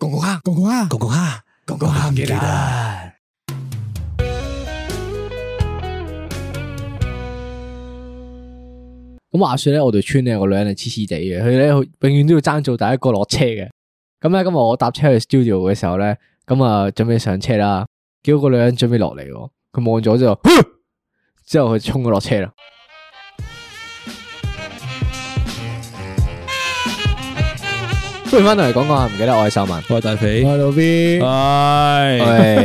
Con coja, con coja, con coja, con coja, get out. 咁話說咧，我條村咧有個女人係黐黐地嘅，佢咧永遠都要爭做第一個落車嘅。咁咧今日我搭車去 studio 嘅時候咧，咁啊準備上車啦，結果個女人準備落嚟喎，佢望咗之後， 之後佢衝咗落車啦。歡迎翻到嚟講講下，唔記得我係秀文，喂，大肥，我老 B，唉，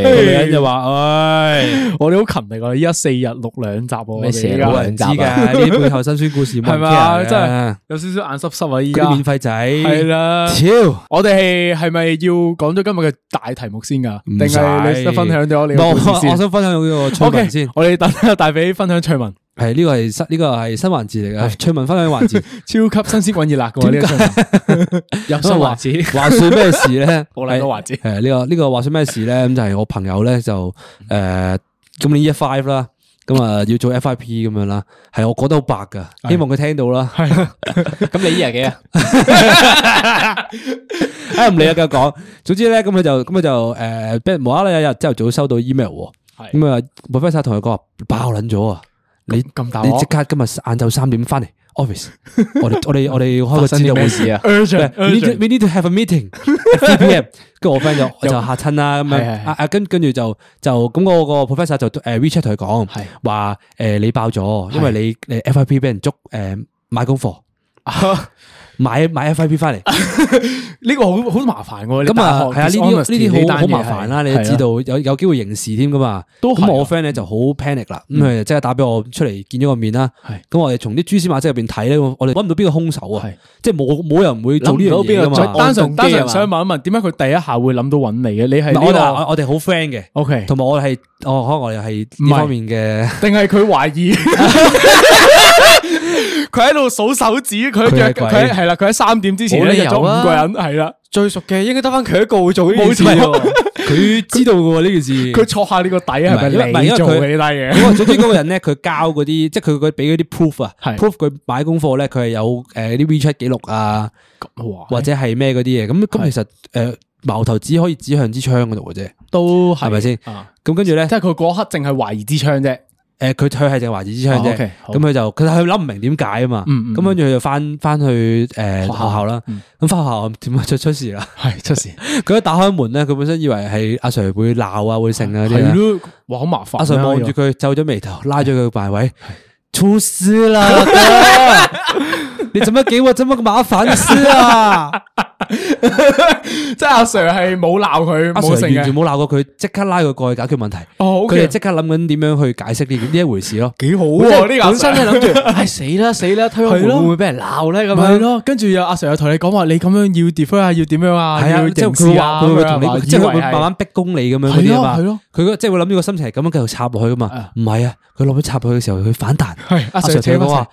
個女 喂，人就話：唉，我哋好勤力啊！依家四日錄兩集喎，咩四日錄我哋冇而家人知㗎，呢啲背後辛酸故事冇係人咪 care 啊？㗎真係有少少眼濕濕啊！依嗰啲免家費仔，係啦，超，我哋係咪要講咗今日嘅大題目先㗎？定係使你想分享咗你我嘅故事我先想分享呢個趣 O K，聞先，我哋等 下大髀分享趣聞，係呢個係新呢個係新環節嚟嘅，趣聞分享環節。超級新鮮滾熱辣嘅喎呢個趣聞， 入新環節，話說咩事咧？好靚嘅環節，誒，呢個呢個話說咩事咧？咁就係我朋友咧就誒今年 E five 啦，咁啊要做 FIP 咁樣啦，係我覺得好白噶，希望佢聽到啦。咁你依日幾啊？啊唔理啦，繼續講。總之咧，咁佢就咁佢就誒，俾人無啦啦有一日朝頭早收到 email 喎，係咁啊，professor 同佢講話爆撚咗啊！你咁大你鑊即刻今日晏晝三點翻嚟 office，我哋我 哋我哋開個資料會 議啊。 urgent We need to- urgent we need to have a meeting at 3 p.m. 跟住我 friend 就就嚇親啦，咁係係樣係啊啊，跟跟住就就咁我個 professor 就誒 WeChat 同佢係講，話誒你爆咗，因為你誒 FIP 俾人捉誒買功 課，買買 FIP 翻嚟。呢個好好麻煩喎，咁啊，係啊，呢啲呢啲好好麻煩煩啦，你都知道啊有有機會刑事添噶嘛。都係啊嗯咁我 friend 咧就好 panic 啦，咁佢就即刻打俾我出嚟見咗個面啦。係咁我哋從啲蛛絲馬跡入邊睇咧，我哋揾唔到邊個兇手啊係！即係冇冇人會做呢樣嘢噶我嘛。單純按動單機啊純嘛想問一問，點解佢第一下會諗到揾你嘅？你係唔係我哋呢我哋好 friend 嘅，個 OK，同埋我哋係我可能我哋係呢方面嘅。定係佢懷疑？ 佢喺度數手指，佢佢約係鬼佢喺係啦，佢喺三點之前冇咧理約咗由啊五個人，係啦，最熟嘅應該得翻佢一個會做呢件事喎 佢知道嘅喎呢件事。 佢戳下呢個底係唔係因為咪因你為做佢嘅呢單嘢？咁啊，總之嗰個人咧，佢交嗰啲，即係佢佢俾嗰啲 proof 啊係，proof 佢買功課咧，佢係有誒啲 WeChat 記錄啊，或者係咩嗰啲嘢。咁咁其實誒矛頭只可以指向支槍嗰度嘅啫。都係咪先啊咁跟住咧，即係佢嗰刻淨係懷疑支槍啫。誒佢佢係淨係懷疑支槍哦啫，OK，，好咁佢就佢佢諗唔明點解啊嘛，嗯嗯嗯咁跟住佢就翻翻去誒學校啦，咁翻學校點啊出出事啦， 係出事，佢一打開門咧，佢本身以為係阿 Sir 會鬧啊會剩啊啲係啊，咯，哇，好麻煩阿啊。Sir 望住呢個佢皺咗眉頭，拉咗佢埋位，出事啦 哥，你做乜給我這麼個麻煩的事啊？即係阿 Sir 係冇鬧佢，阿冇 Sir 成完嘅全。冇鬧過佢，即刻拉佢過去解決問題，佢哦哋，OK，即刻諗緊點樣去解釋呢呢一回事咯。幾好本喎身呢個阿本 Sir 身咧諗 住，唉死啦死啦，推開係門咯會唔會俾人鬧咧？咁咪係樣咯，跟住又阿 Sir 又同你講話，你咁樣要 defer 啊，要點樣啊，係啊，要即係刑佢事話啊，佢會咁樣同啊你，即係佢會以為係慢慢逼供你咁樣嗰啲啊嘛。係咯佢嗰即係會諗呢個心情係咁樣繼續插落去噶嘛啊。唔係啊，佢落去插落去嘅時候，佢反彈。係阿阿 Sir Sir 同請佢我講話話：，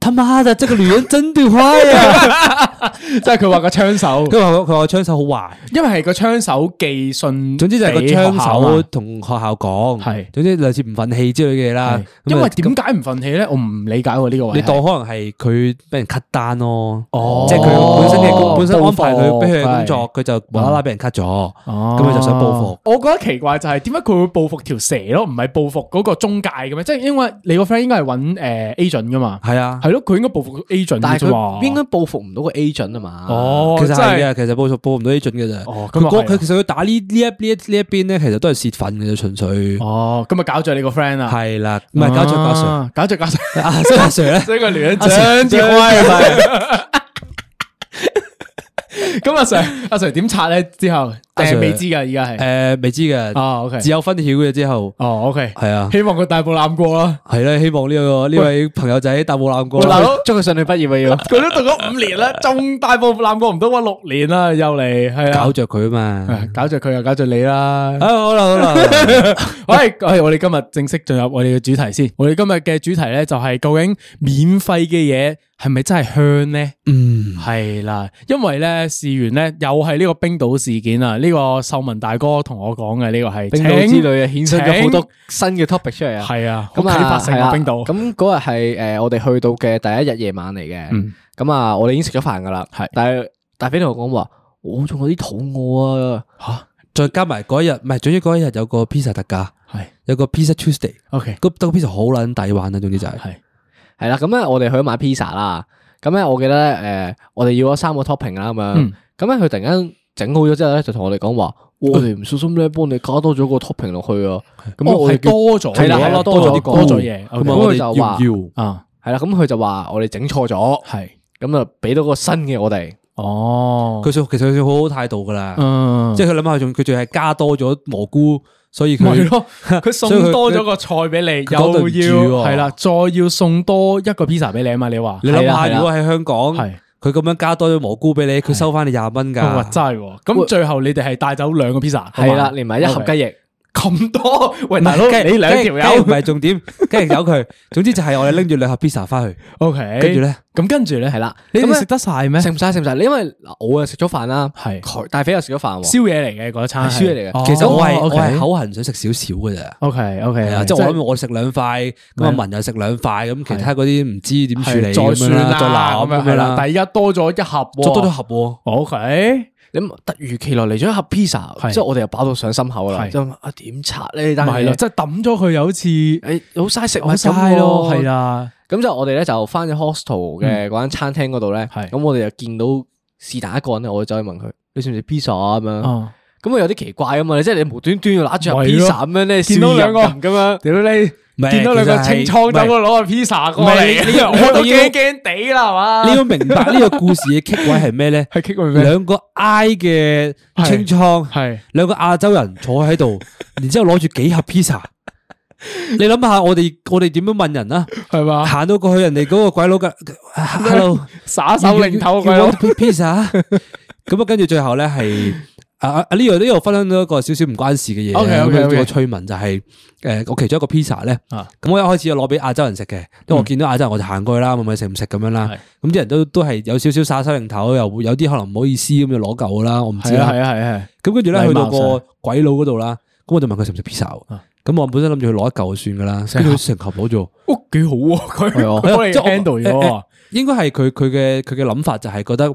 他媽的，這個女人真的壞啊！即係佢話個槍手，佢話佢話槍手好 壞。因為係個槍手寄信，總之就係個啊槍手。啊同學校講，係總之類似唔憤氣之類嘅嘢啦係。因咁為啊點解唔忿氣咧？我唔理解喎呢個位係。你當可能係佢俾人 cut 單咯，哦即係佢本身嘅工本身報復哦安排佢俾佢嘅工作，佢就無啦啦俾人 cut 咗，咁佢就想報復。我覺得奇怪就係點解佢會報復條蛇咯，唔係報復嗰個中介嘅咩？即係因為你個 friend 應該係揾誒 agent 噶嘛，係啊，係咯，佢應該報復 agent 但嘅係啫嘛佢應該報復唔到個 agent 啊嘛。哦，其實真係嘅，其實報報唔到呢準嘅咋。哦佢咁啊嗰係啊佢其實佢打呢呢一呢一呢一邊咧，其實都係泄憤嘅啫，純粹哦，咁咪搞咗你個 friend 啊，係啦，唔係搞錯搞錯。啊，搞著 搞著，阿 阿 Sir 咧，啊所以個女人阿 Sir 真真係係壞咁阿 Sir，阿 Sir 点拆咧？之后阿 Sir- 定未知噶，而家系诶，未知嘅，哦，OK，只有分曉嘅之後，哦，OK，係啊，希望佢大步揽过啦。係啦，希望呢個呢位朋友仔搭冇攬過喂啦大。佬祝佢順利畢業啊要。佢都讀咗五年啦，仲大步揽過唔到，哇，六年啦，又嚟，係啊搞，着佢啊嘛。搞著佢又搞著你啦。啊好啦好啦，喂，喂，我哋今日正式進入我哋嘅主題先。我哋今日嘅主題咧就係究竟免費嘅嘢係咪真係香咧？嗯，係啦，因為咧事完咧又係呢個冰島事件啊，呢個秀文大哥同我講嘅呢個係冰島之旅啊，衍生咗好多新嘅 topic 出嚟啊。系啊，好咁啟啊，發性係啊啊冰島。咁嗰日係诶，誒我哋去到嘅第一日夜晚嚟嘅嗯。咁啊，我哋已經食咗飯噶啦。係但係大飛同我講話，我仲有啲肚餓啊。再加埋嗰一日，唔係，總之嗰一日有個 pizza 特價，係有個 pizza Tuesday， OK，哦嗰嗰個 pizza 好撚抵玩啊，總之就係係係啦，咁咧啊我哋去咗買 pizza 啦。咁咧我記得咧，诶，我哋要咗三個 topping 啦，咁樣。嗯咁咧佢突然間整好咗之後咧，就同我哋講話，我哋唔小心咧幫你加多咗個 topping 落去啊。咁咁我哋我哦係叫多咗嘢，哦係啦係啦多咗啲多咗嘢。咁啊 OK 我哋就話要唔啊，係啦，咁佢就話我哋整錯咗，係咁啊俾到個新嘅我哋。哦要？，佢其實佢好好態度噶啦，嗯，即係佢諗下佢仲佢仲係加多咗蘑菇，所以咪佢咯，佢送所以佢多咗個菜俾你，佢講對唔住又要喎係啦，再要送多一個 pizza 俾你啊嘛，你話你諗係啦下，係啦啊如果喺香港，係佢咁樣加多咗蘑菇俾你，佢收翻你廿蚊哇㗎。真係喎，咁最後你哋係帶走兩個 pizza 係啦，連埋一盒雞翼。咁多，喂唔大佬係雞你兩條雞友唔係重點，跟住由佢。總之就係我哋拎住兩盒 pizza 翻去， ，OK，跟住咧，咁跟住咧係啦，你咁哋咧食得晒咩？食唔晒食唔晒，你因為嗱我啊食咗飯啦，係佢大肥又食咗飯喎，宵夜嚟嘅嗰一餐係，係宵夜嚟嘅哦其實我係我係 OK 口痕想食少少嘅咋。 OK 係 OK，啊，即係我諗我食兩塊，咁阿文又食兩塊，咁其他嗰啲唔知點處理再咁算樣啦，再啦，鬧咁咁樣係樣啦，啦，但係而家多咗一盒喎，捉多咗盒喎。 ，OK，你突如其來嚟咗一盒 pizza，係之後我哋又飽到上心口啦，係就啊點拆呢？呢單咪係咯，嘢？即係抌咗佢又好似誒好嘥食物哦好咁嘥咯，係啦。啊啦，咁就我哋咧就翻咗 hostel 嘅嗰間餐廳嗰度咧，係咁我哋就見到是但一個人咧，我就走去問佢：你食唔食 pizza 啊？咁樣，哦。咁啊有啲奇怪啊嘛，即係你無端端要揦住盒咪咯 pizza 咁樣咧，見到兩兩個個咁樣，屌你，係見到兩其實個係清倉啊走攞個 pizza 過唔係你你嚟， 我都你要驚驚你地啦，係嘛？要明白呢個故事嘅棘位係咩咧？ 係 kick 佢咩？兩個 I 嘅清倉，係兩個亞洲人坐喺 度，然之後攞住幾盒 pizza。你諗下，我哋我哋點樣問人啊？係嘛？行到過去人哋嗰個鬼佬 嘅 hello，耍手擰頭佢要咯要，要 pizza。咁啊，跟住最後咧係啊啊呢度呢度分享咗一個少少唔關事嘅嘢。 OK，OK，咁樣 OK 個趣聞就係誒我其中一個 pizza 咧，啊嗯咁我一開始攞俾亞洲人食嘅，因為我見到亞洲人我就行過去啦，問問食唔食咁樣啦。咁啲人都都係有少少耍手擰頭，又會有啲可能唔好意思咁就攞嚿啦，我唔知係啊係啦。啊係啊，咁跟住咧禮去到貌上啊個鬼佬嗰度啦，咁我就問佢食唔食 pizza 喎。咁我本身諗住佢攞一嚿就算噶啦，跟住佢成盒攞咗。屋哦幾好喎，佢係啊佢幫你即係我 handle 咗啊喎，應該係佢佢嘅佢嘅諗法就係覺得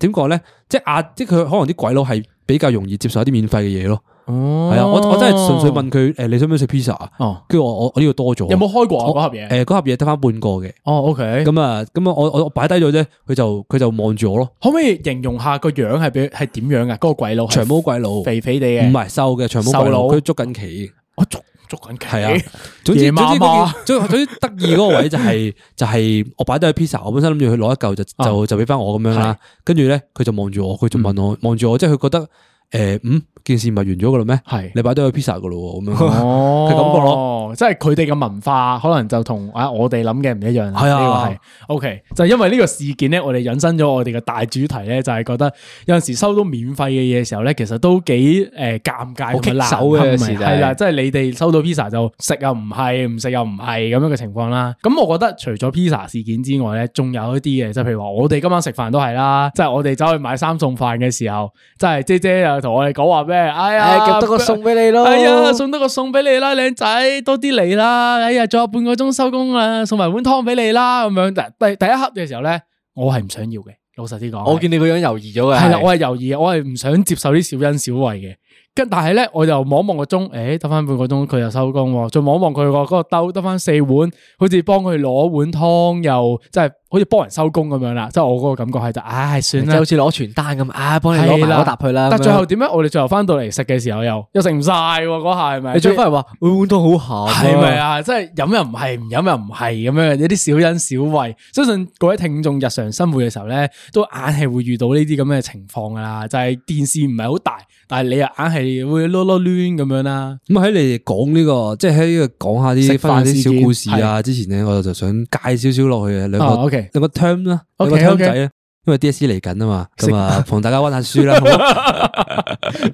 點講咧，即係亞即係佢可能啲鬼佬係比較容易接受一啲免費嘅嘢咯。哦係啊，我我真係純粹問佢誒你想唔想食 pizza 啊？哦，跟住我我我呢度多咗，有冇開過啊我嗰盒嘢？誒嗰盒嘢得翻半個嘅，哦，OK，咁啊咁啊我我我擺低咗啫，佢就佢就望住我咯，可唔可以形容下個樣係俾係點樣噶？嗰個鬼佬係長毛鬼佬，唔肥肥地嘅，係瘦嘅長毛鬼佬，瘦佬佢捉緊棋。我捉捉緊係啊期，總之夜總之嗰媽媽件總總之得意嗰個位就係 就係我擺低去 pizza，我本身諗住佢攞一嚿就啊就就俾翻我咁樣啦，跟住咧佢就望住我，佢就問嗯我望住我，即係佢覺得誒嗯件事唔係完咗噶啦咩？係你擺低去 pizza 噶咯喎咁樣，哦，佢感覺咯，即係佢哋嘅文化可能就同啊我哋諗嘅唔一樣啦。係啊呢個係 OK，就因為呢個事件咧，我哋引申咗我哋嘅大主題咧，就係覺得有陣時收到免費嘅嘢嘅時候咧，其實都幾誒尷好尬棘同埋難手嘅堪有時就係係啦，即係你哋收到 pizza 就食又唔係，唔食又唔係咁樣嘅情況啦。咁我覺得除咗 pizza 事件之外咧，仲有一啲嘅，即係譬如話我哋今晚食飯都係啦，即係我哋走去買三餸飯嘅時候，即係姐姐又同我哋講話咩？哎呀，誒夾多個餸俾你咯。哎呀，送多個餸俾你啦，靚仔，多啲嚟啦。哎呀，仲有半個鐘收工啦，送埋碗湯俾你啦，咁樣。第第一刻嘅時候咧，我係唔想要嘅，老實啲講。我見你個樣猶豫咗嘅，係啦，我係猶豫嘅，我係唔想接受啲小恩小惠嘅。跟但係咧，我又望一望個鐘，誒得翻半個鐘，佢又收工喎。再望一望佢個嗰個兜，得翻四碗，好似幫佢攞碗湯，又即係好好似幫人收工咁樣啦，即係我嗰個感覺係就唉即算係啦好。似攞傳單咁，啊，幫你攞埋係啦嗰沓去啦。但咁樣最後點啊解我哋最後翻到嚟食嘅時候又又食唔晒喎？嗰下係咪？你最翻嚟話，佢碗湯好鹹，係咪？啊？即係飲又唔係，唔飲又唔係咁樣，有啲小恩小惠。相信各位聽眾日常生活嘅時候咧，都硬係會遇到呢啲咁嘅情況噶啦。就係、電視唔係好大，但係你又硬係會囉囉攣咁 樣啦。咁喺你哋講呢個，即係喺呢個講下啲食飯分享事啲小件故事啊。之前咧，我就想介少少落去嘅兩啊個，OK，兩個 term 啦，兩個 OK， term OK 仔啦，因為 DSE 嚟緊啊嘛，咁啊，同大家温下書啦。好唔 好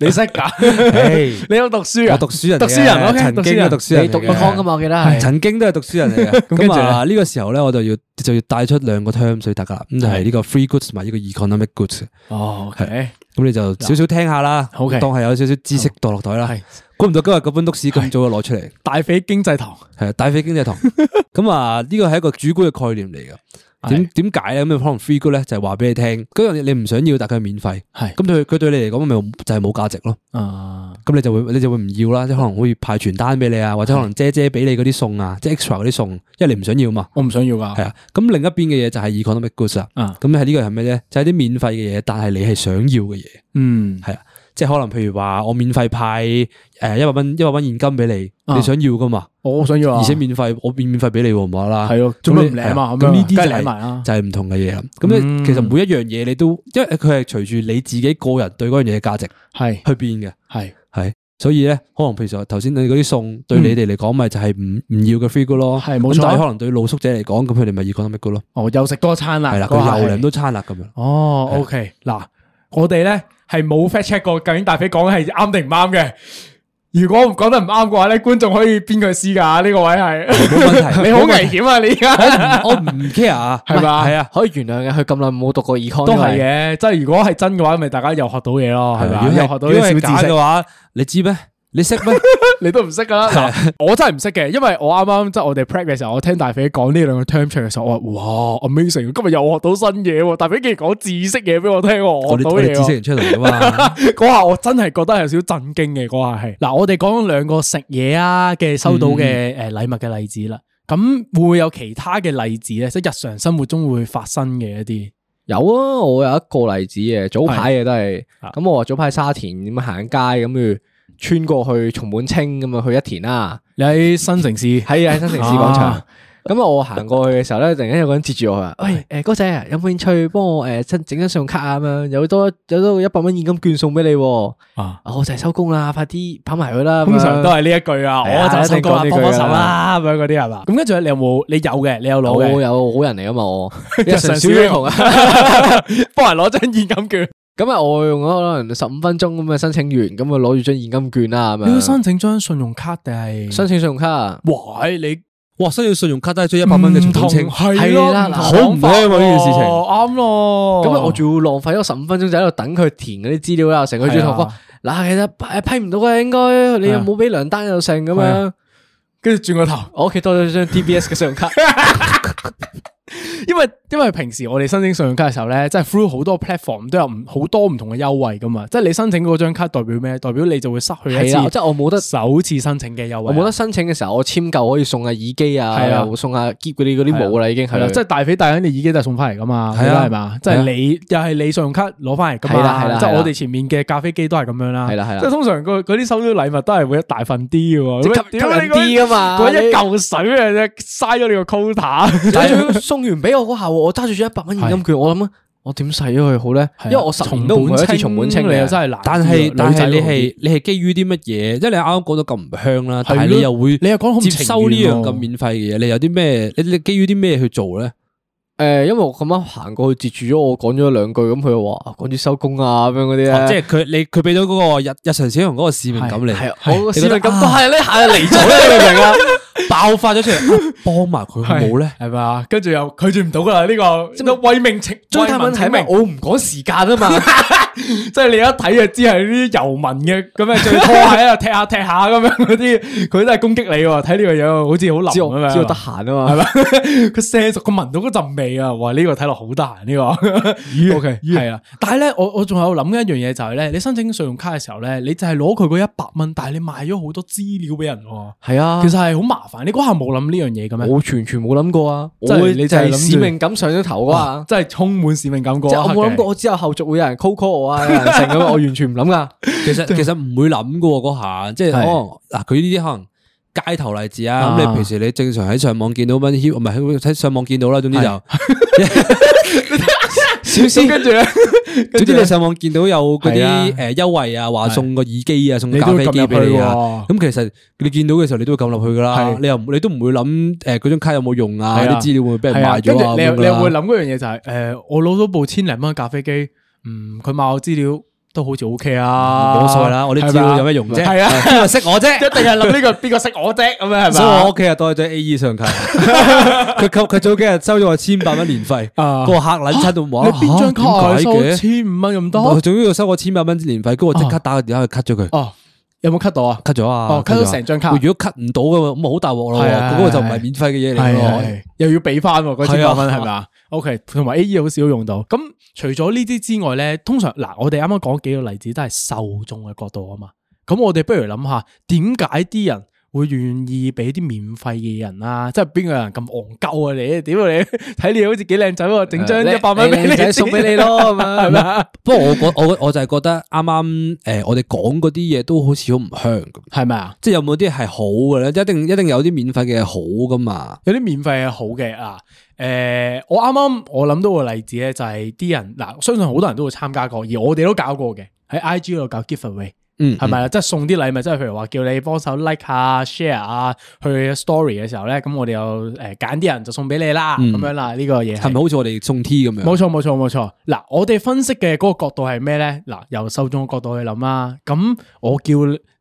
你識 噶？唉你有讀書啊？我讀書人嚟嘅，讀書人，OK，曾讀經書都人讀書人嚟你嘅，讀個康噶啊嘛？我記得 係。曾經都係讀書人嚟嘅，跟住咁啊呢個時候咧，我就要就要帶出兩個 term 俾大家啦，咁就係呢個 free goods 同埋呢個 economic goods。哦，OK，咁你就少少聽下啦，當 OK 係有少少知識墮落袋啦係。估唔到今日嗰本督史咁早就攞出嚟，大肥經濟堂係啊大飛經濟堂。咁啊呢個係一個主觀嘅概念嚟嘅。點點解咧？咁可能 free good 咧就係話俾你聽，嗰樣嘢你唔想要，但佢係免費。係咁對佢對你嚟講，咪就係冇價值咯。啊，咁你就會你就會唔要啦，即係可能會派傳單俾你啊，或者可能姐姐俾你嗰啲餸啊，即係 extra 嗰啲餸，因為你唔想要嘛。我唔想要噶系。啊，咁另一邊嘅嘢就係 economic goods 啦。啊咁係呢個係咩咧？就係啲免費嘅嘢，但係你係想要嘅嘢，嗯，係啊，即係可能譬如話我免費派诶一百蚊一百蚊現金俾你，啊你想要噶嘛？我想要啊。而且免費，我免免費俾你喎，唔好啦。係咯咁做乜你唔領係啊咁樣咁呢啲梗係就係領埋啦就係唔同嘅嘢啦。咁咧，嗯其實每一樣嘢你都，因為佢係隨住你自己個人對嗰樣嘢嘅價值係去變嘅，係係。所以咧，可能譬如就頭先你嗰啲餸對你哋嚟講，咪就係唔唔要嘅 free good 咯。係嗯冇咁錯但係可能對露宿者嚟講，咁佢哋咪 economic good 咯。哦，又食多餐啦。係啦，嗰下佢係油量都差啦咁樣。哦係，OK，嗱，我哋咧係冇 fact check 過究竟大肥講係啱定唔啱嘅。如果唔講得唔啱嘅話咧，觀眾可以邊句私噶呢個位係。冇問題，你好危險啊！你而家我唔 care 啊，係嘛係啊，可以原諒嘅，佢咁耐冇讀過 econ 都係係。嘅，即係如果係真嘅話，咪大家又學到嘢咯，係咪？如又果係學啊到如果啲係小假知識嘅。話，你知咩？你識咩？ 你都唔識噶啦。嗱，我真係唔識嘅，因為我啱啱即係我哋 prep 嘅時候，我聽大肥講呢兩個 term 出嚟嘅時候，我話哇 amazing，今日又學到新嘢喎！大肥竟然講知識嘢俾我聽喎，我我哋學到我哋嘢知啊識型喎。出嚟噶啊 嘛，嗰下我真係覺得係有少少震驚嘅，嗰下係嗱，我哋講咗兩個食嘢啊嘅收到嘅誒禮物嘅例子啦，咁會唔會有其他嘅例子咧？即係日常生活中會發生嘅一啲有啊，我有一個例子嘅，早排嘅都係咁。我話早排沙田咁行街咁，跟住穿過去松本清咁啊，去一田啦。 你喺新城市喺喺新城市廣場啊。咁啊，我行過去嘅時候咧，突然間有個人截住我，佢話：，喂，誒哥仔啊，有冇興趣幫我誒整整張信用卡啊？咁樣有多有多一百蚊現金券送俾你喎。啊，啊我就係收工啦，快啲跑埋佢啦。咁樣通常都係呢一句啊，係啊我就成功啦一，定講幫呢句㗎啦幫手啦咁樣嗰啲係嘛？咁跟住你有冇？你有嘅，你有攞我嘅，有好人嚟噶嘛， 我日日常常小小英英雄雄啊啊。 幫人攞張現金券。 咁啊，我用咗可能十五分鐘咁嘅申請完，咁啊攞住張現金券啦，咁你要樣申請張信用卡定係？申請信用卡哦啊。喂，你哇！需要信用卡都係張一百蚊嘅重清，係係啦嗱咯，同好唔講法啱喎呢件事情喎啱咯。咁啊，我仲要浪費咗十五分鐘就喺度等佢填嗰啲資料啦，成佢仲要同我講係啊嗱，其實批批唔到嘅應該，你係又啊冇俾糧單又成咁係樣啊。跟住轉個頭，我屋企多咗張 DBS 嘅信 用卡，因為因為平時我哋申請信用卡嘅時候咧，即係 through 好多 platform 都有唔好多唔同嘅優惠噶嘛。即係你申請嗰張卡代表咩？代表你就會失去一啊係次啦，即係我冇得，首次申請嘅優惠我啊。冇得申請嘅時候，我簽購可以送下耳機啊，係啊又送下結嗰啲嗰啲冇啦，已經係啊啦，即係大肥大緊你耳機就係送翻嚟噶嘛，係係啊啦係嘛，即係你又係你信用卡攞翻嚟噶係啦係嘛，啦即係係啦我哋前面嘅咖啡機都係咁樣啦，係啦係啦即係通常個嗰啲收到禮物都係會一大份啲啊嘅喎，吸吸引啲啊噶嘛，嗰一你嚿水啊，啫嘥咗你個 quota，但係啊仲要送完俾我嗰下喎，我揸住咗一百蚊現金券，我諗啊我點使咗佢好咧？因為我十年都唔會一次啊重滿清你又嘅，真係難啲啊。但係但女仔係你嗰個係你係基於啲乜嘢？即係你啱啱講到咁唔香啦，係咯但係你又會你又講好唔接情願喎收呢樣咁免費嘅嘢，你有啲咩？你你基於啲咩去做咧？誒，因為我咁啱行過去截住咗我，講咗兩句，咁佢又話趕住收工啊咁樣嗰啲哦咧，即係佢你佢俾到嗰個日日常小用嗰個使命感你，係啊我個你使覺得命感啊都係 呢下嚟咗啦，你明唔明啊？爆發咗出嚟，啊幫埋佢好冇咧？ 係嘛，跟住又拒絕唔到噶啦呢個，即係為命情，最大問為民題請係命咩？我唔趕時間啊嘛。 即係你一睇就知係呢啲游民嘅咁啊，最拖鞋啊，踢下踢下咁樣嗰啲， 佢都係攻擊你喎。睇呢個樣好似好知流咁我樣，知我得閒啊嘛係。嘛？佢射熟，佢聞到嗰陣味啊！哇，呢個睇落好得閒呢個。O K，係啊。但係咧，我我仲有諗緊一樣嘢就係咧，你申請信用卡嘅時候咧，你就係攞佢嗰一百蚊，但係你賣咗好多資料俾人喎。係啊，其實係好麻煩。你嗰下冇諗呢樣嘢嘅咩？我完全冇諗過啊！即係我你就就係諗係住使命感上咗頭啊！真係充滿使命感嗰即一刻係嘅啊我冇諗過，我之後後續會有人 call call 我啊，有人成咁，我完全唔諗噶。其實其實唔會諗噶嗰下，即係可能嗱，佢呢啲可能街頭例子啊。咁啊你平時你正常喺上網見到乜 hip，唔係喺喺上網見到啦。總之就，小思跟住咧， 總之你上網見到有嗰係啊啲誒優惠啊，話送個耳機啊，送個你咖都啡會撳機入俾去你啊。喎。咁其實你見到嘅時候，你都會撳入去噶啦係。你又唔你都唔會諗誒嗰張卡有冇用啊？係啊啲資料會唔會俾人係啊，賣跟咗住啊？你又咁你又樣會啦諗嗰樣嘢就係，诶，我攞到部千零蚊嘅咖啡機，嗯，佢買我資料都好似 O K 啊，冇所謂啦，我啲資料有咩用啫？係啊，邊個識我啫？一定係諗呢個邊個識我啫，咁樣係咪？所以我屋企啊袋咗 A E 信用 卡，佢佢佢早幾日收咗我千百蚊年費，啊個客捻亲到話你邊張卡啊啊點收解千五蚊咁嘅？我多？總之哦要收我千百蚊年費，跟住我即刻打個電話去 cut 咗佢哦，有冇 cut 到啊？ ，cut 咗啊哦，cut 咗咗成張卡喂如果 cut 唔到嘅話，咁好大鑊咯，係啊嗰個就唔係免費嘅嘢嚟咯。系又要俾翻嗰千係百啊蚊係咪啊？OK，同埋 A E 好少用到。咁除咗呢啲之外咧，通常嗱，我哋啱啱講幾個例子都係受眾嘅角度啊嘛。咁我哋不如諗下，點解啲人會願意俾啲免費嘅人啊？即係邊個人咁戇鳩啊？你 屌你，睇你好似幾靚仔喎，整張一百蚊俾靚你仔送俾你咯，咁啊，係咪啊？ 不過我覺我我就係覺得啱啱诶，我哋講嗰啲嘢都好似好唔香咁，係咪啊？即係有冇啲係好嘅咧？一定一定有啲免費嘅係好噶嘛？有啲免費係好嘅啊！诶、我啱啱我諗到個例子咧，就係啲人嗱，相信好多人都會參加過，而我哋都搞過嘅，喺 I G 度搞 giveaway，嗯，係咪啊？即係送啲禮物，即係譬如話叫你幫手 like 啊、share 啊，去 story 嘅時候咧，咁我哋又诶拣啲人就送俾你啦，咁、嗯樣啦，呢、個嘢係係咪好似我哋送 T 咁樣？冇錯冇錯冇錯。嗱，我哋分析嘅嗰個角度係咩咧？嗱，由受眾嘅角度去諗啦。咁我叫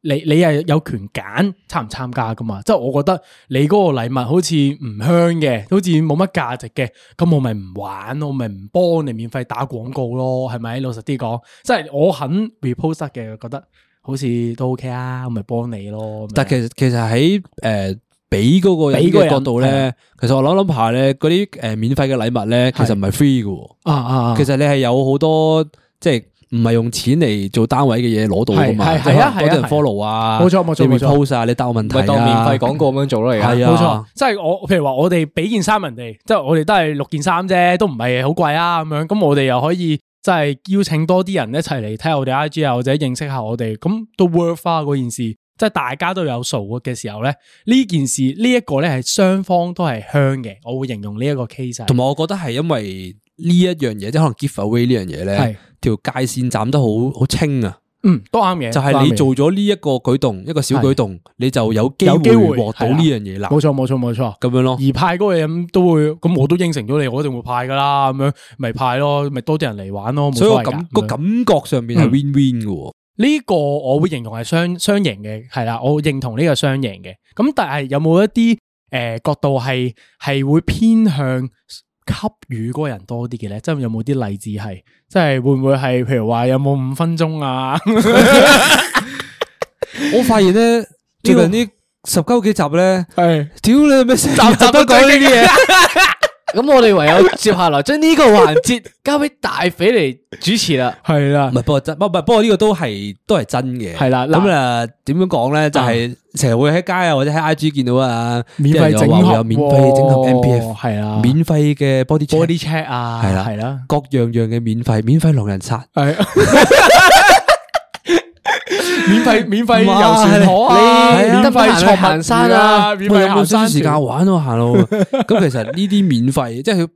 你，你係有權揀參唔參加噶嘛？即係我覺得你嗰個禮物好似唔香嘅，好似冇乜價值嘅，咁我咪唔玩咯，我咪唔幫你免費打廣告咯，係咪？老實啲講，即係我肯 repost 得嘅，覺得好似都 OK 啊，我咪幫你咯。但其實其實喺诶俾嗰個人俾嗰個嘅人角度係啊咧，其實我諗諗下咧，嗰啲诶免費嘅禮物咧，其實唔係 free 嘅喎，啊啊啊，其實你係有好多即係唔係用錢嚟做單位嘅嘢攞到噶嘛，係係即係可能係啊係啊嗰啲人係啊 follow 啊，冇錯冇錯你冇錯 repost 啊，你答我問題咪啊，當免費廣告咁樣做咯，而家係啊冇錯，即係我譬如話我哋俾件衫人哋，即係我哋都係六件衫啫，都唔係好貴啊咁樣。咁我哋又可以即係邀請多啲人一齊嚟睇下我哋 I G 啊，或者認識下我哋，咁都 worth 啊嗰件事。即係大家都有數嘅時候咧，呢件事呢一個咧係雙方都係香嘅，我會形容呢一個 case 係同埋我覺得係因為呢一樣嘢，即係可能 give away 呢樣嘢係咧，條界線斬得好好清啊，嗯都啱嘅，就都係啱你嘅做咗呢一個舉動，一個小舉動，你就有機有機會會獲到係呢啦樣嘢啦，冇錯冇錯冇錯。咁樣咯。而派嗰個嘢咁都會，咁我都應承咗你，我一定會派噶啦，咁樣咪派咯，咪多啲人嚟玩咯，冇所以所我謂㗎感個咁感樣覺上面係 win win 嘅喎，呢個我會形容係雙雙贏嘅，係啦，我認同呢個雙贏嘅。咁但係有冇一啲誒、呃角度係係會偏向給予嗰個人多啲嘅咧？即係有冇啲例子係，即係會唔會係譬如話有冇五分鐘啊？ 我發現咧最近呢十鳩幾集咧，係屌你咩集集都講呢啲嘢，咁我哋唯有接下來將呢個環節交俾大肥嚟主持 啦。係啦唔，係不過真，唔係不過呢個都係都係真嘅，係啦嗱咁啊點樣講咧？就係成日會喺街啊或者喺 I G 見到啊，免費整啲人又話合會有免費整合喎 M P F，係啦免費嘅 body check， body check 啊，係啦係啦，各樣樣嘅免費，免費狼人殺，係免費免費遊哇船河啊，你係啊免費得閒去坐行山啊免喂有費冇行少山時船間玩我行 路？咁其實呢啲免費，即係佢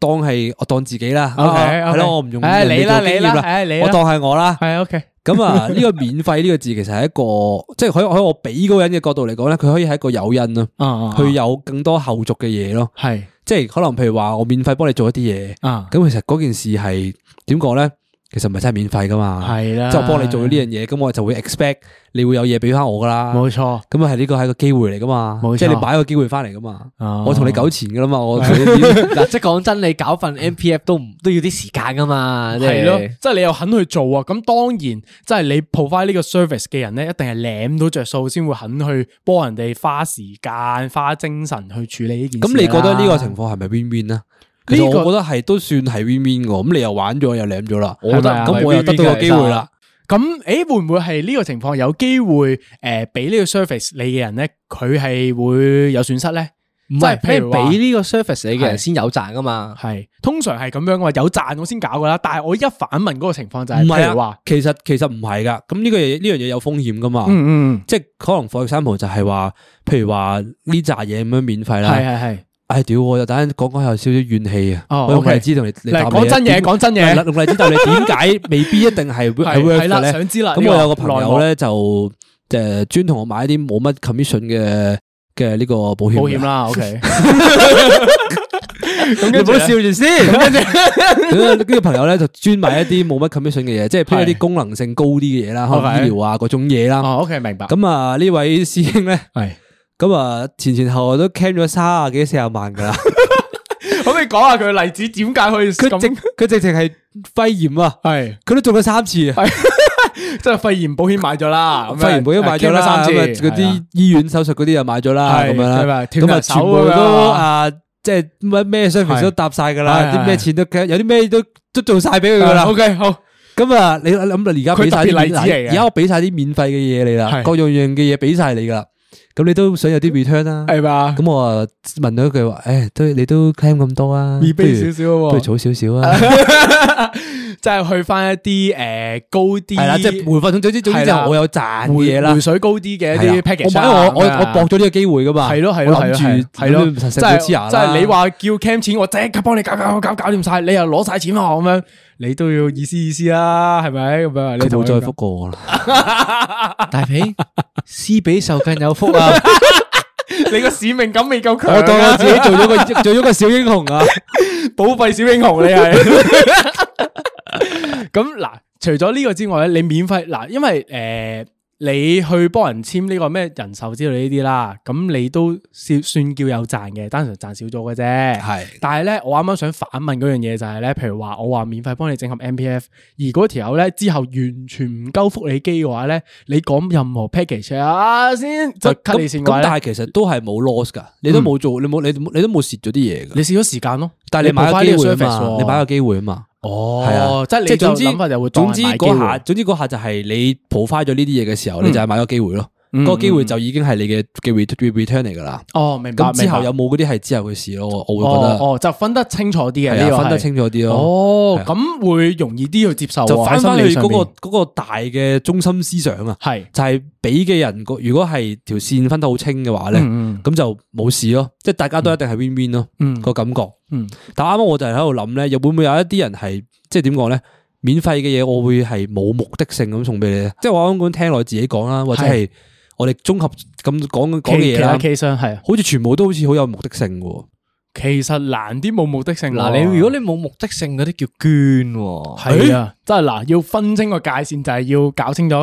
當係我當自己啦，啊 OK，係 OK 咯，我唔用唉人你哋啦做經你啦驗唉你啦我當係我啦。係 OK，咁 啊，呢個免費呢個字其實係一個，即係喺喺我俾嗰個人嘅角度嚟講咧，佢可以係一個誘因咯，啊佢有更多後續嘅嘢咯。系即係可能譬如話我免費幫你做一啲嘢，啊，咁其實嗰件事係點講咧？其實唔係真係免費噶嘛，係啊啦即係我幫你做咗呢樣嘢，咁我就會 expect 你會有嘢俾翻我噶啦。冇錯咁啊係呢個係一個機會嚟噶嘛冇錯，即係你買一個機會翻嚟噶嘛。哦啊我同你糾纏噶啦嘛，我 同你嗱，即系讲真，你搞份 M P F 都唔都要啲時間噶嘛，即啊係係咯，即係你又肯去做啊，咁當然即係你 provide 呢個 service 嘅人咧，一定係舐到着數先會肯去幫人哋花時間、花精神去處理呢件事咁啦。你覺得呢個情況係咪 win win 呢？其實呢個我覺得係都算係 win win 嘅，咁你又玩咗又舐咗啦，我覺得咁我又得到個機會啦。咁诶會唔會係呢個情況有機會诶俾呢個 service 你嘅人咧，佢係會有損失咧？唔即係係譬咩如話俾呢個 service 你嘅係人先有賺噶嘛？係通常係咁樣嘅話，有賺我先搞噶啦。但係我一反問嗰個情況就係，唔譬係如啊話，，其實其實唔係噶，咁呢個嘢呢樣嘢有風險噶嘛，嗯嗯即係可能 for example 就係話，譬如話呢扎嘢咁樣免費嗯，啦係，係係。唉屌，我又等陣講講有少少怨氣啊，哦我用 OK 例子同你你答嚟你講啊真嘢，點講真係啦嘢，用例子答你點解未必一定係係 work 係嘅啦，咧？想知啦。咁呢我有個朋友內幕，咧就誒專同我買一啲冇乜 commission 嘅嘅呢個保險嘅保險， 啦，OK。咁跟住呢住 先。跟住呢個朋友咧就專買一啲冇乜 commission 嘅嘢，即係譬如一啲係功能性高啲嘅嘢啦，可能 OK 醫療啊嗰種嘢啦。哦，OK，明白。咁啊呢位師兄咧，係咁啊前前後後都 can 咗三啊幾四啊萬噶啦。咁你講下佢嘅例子，點解可以佢直 咁？佢直情係肺炎啊，係佢都中咗三次啊。 即係肺炎保險買咗啦，咁樣肺炎保險買咗啦，傾三次咁啊嗰係啊啲醫院手術嗰啲又買咗啦，係咁樣佢話啦，斷咁啊隻手全部咁樣都啊啊，即係乜咩 service 都搭晒噶係啦，係啲咩錢都有啲咩都都做晒俾佢噶啦。 O K，好咁啊，你諗到而家俾晒佢特別例子啲嚟嘅而家我俾晒啲免費嘅嘢你啦，係各樣樣嘅嘢俾晒你噶啦，咁你都想有啲 return 啦。係嘛？咁我啊問咗一句話，誒都你都 claim 咁多啊，未不悲如少少哎不如喎，儲少少 啊，即係去翻一啲誒高啲，係啦，即係回份總之總之係就啦我有賺嘅回嘢啦回。水高啲嘅一係啦啲 package 啊。我買我我咁樣我搏咗呢個機會噶嘛，係咯係咯我係諗咯住係咯，實啊實即到黐牙啦係即係你話叫 cam 錢，我即刻幫你搞搞搞搞掂晒，你又攞晒錢喎咁樣，你都要意思意思啦，係咪咁樣？你佢同冇佢再講復過我啦， 大髀施比受更有福啊！你個使命感未夠強 我當我啊！自己做咗個做咗個小英雄啊！保費小英雄 你係。咁嗱，除咗呢個之外咧，你免費嗱，因為诶、呃你去幫人簽呢個咩人壽之類呢啲啦，咁你都算算叫有賺嘅，單純賺少咗嘅啫。係但係咧，我啱啱想反問嗰樣嘢就係咧，譬如話我話免費幫你整合 M P F，而嗰條友咧之後完全唔鳩福你機嘅話咧，你講任何 package 啊先就 cut 你線咁嘅話咁，但咧，係其實都係冇 loss 噶，你都冇做，你冇你你都冇蝕咗啲嘢噶。你試咗時間咯。但係你買咗機會啊 provide 呢個 service 嘛，喎你買咗機會啊嘛，係哦啊，即即係你係總總之之諗法就會當總係之買機嗰下會，總之嗰下就係你 provide 咗呢啲嘢嘅時候，你就係買咗機會咯。嗯嗰個機會就已經係你嘅嘅 re- return 嚟噶啦。哦，明白。咁之後明白有冇嗰啲係之後嘅事咯？我我會覺哦得哦，就分得清楚啲嘅呢係個啊，分得係清楚啲咯。哦，係咁會容易啲去接受喎，就翻喺翻心理去上嗰面個嗰個大嘅中心思想啊。係就係俾嘅人個，如果係條線分得好清嘅話咧，咁、嗯就冇事咯，即係大家都一定係 win win 咯、嗯個感覺。嗯但啱啱我就係喺度諗咧，又會唔會有一啲人係即係點講咧？免費嘅嘢我會係冇目的性咁送俾你咧，即係我啱啱聽落自己講啦，或者係我哋綜合咁講講嘅嘢其其他啦， case 上係，啊好似全部都好似好有目的性嘅喎。其實難啲冇目的性喎。嗱，你如果你冇目的性嗰啲叫捐喎，係啊，真係嗱，要分清個界線，就係要搞清楚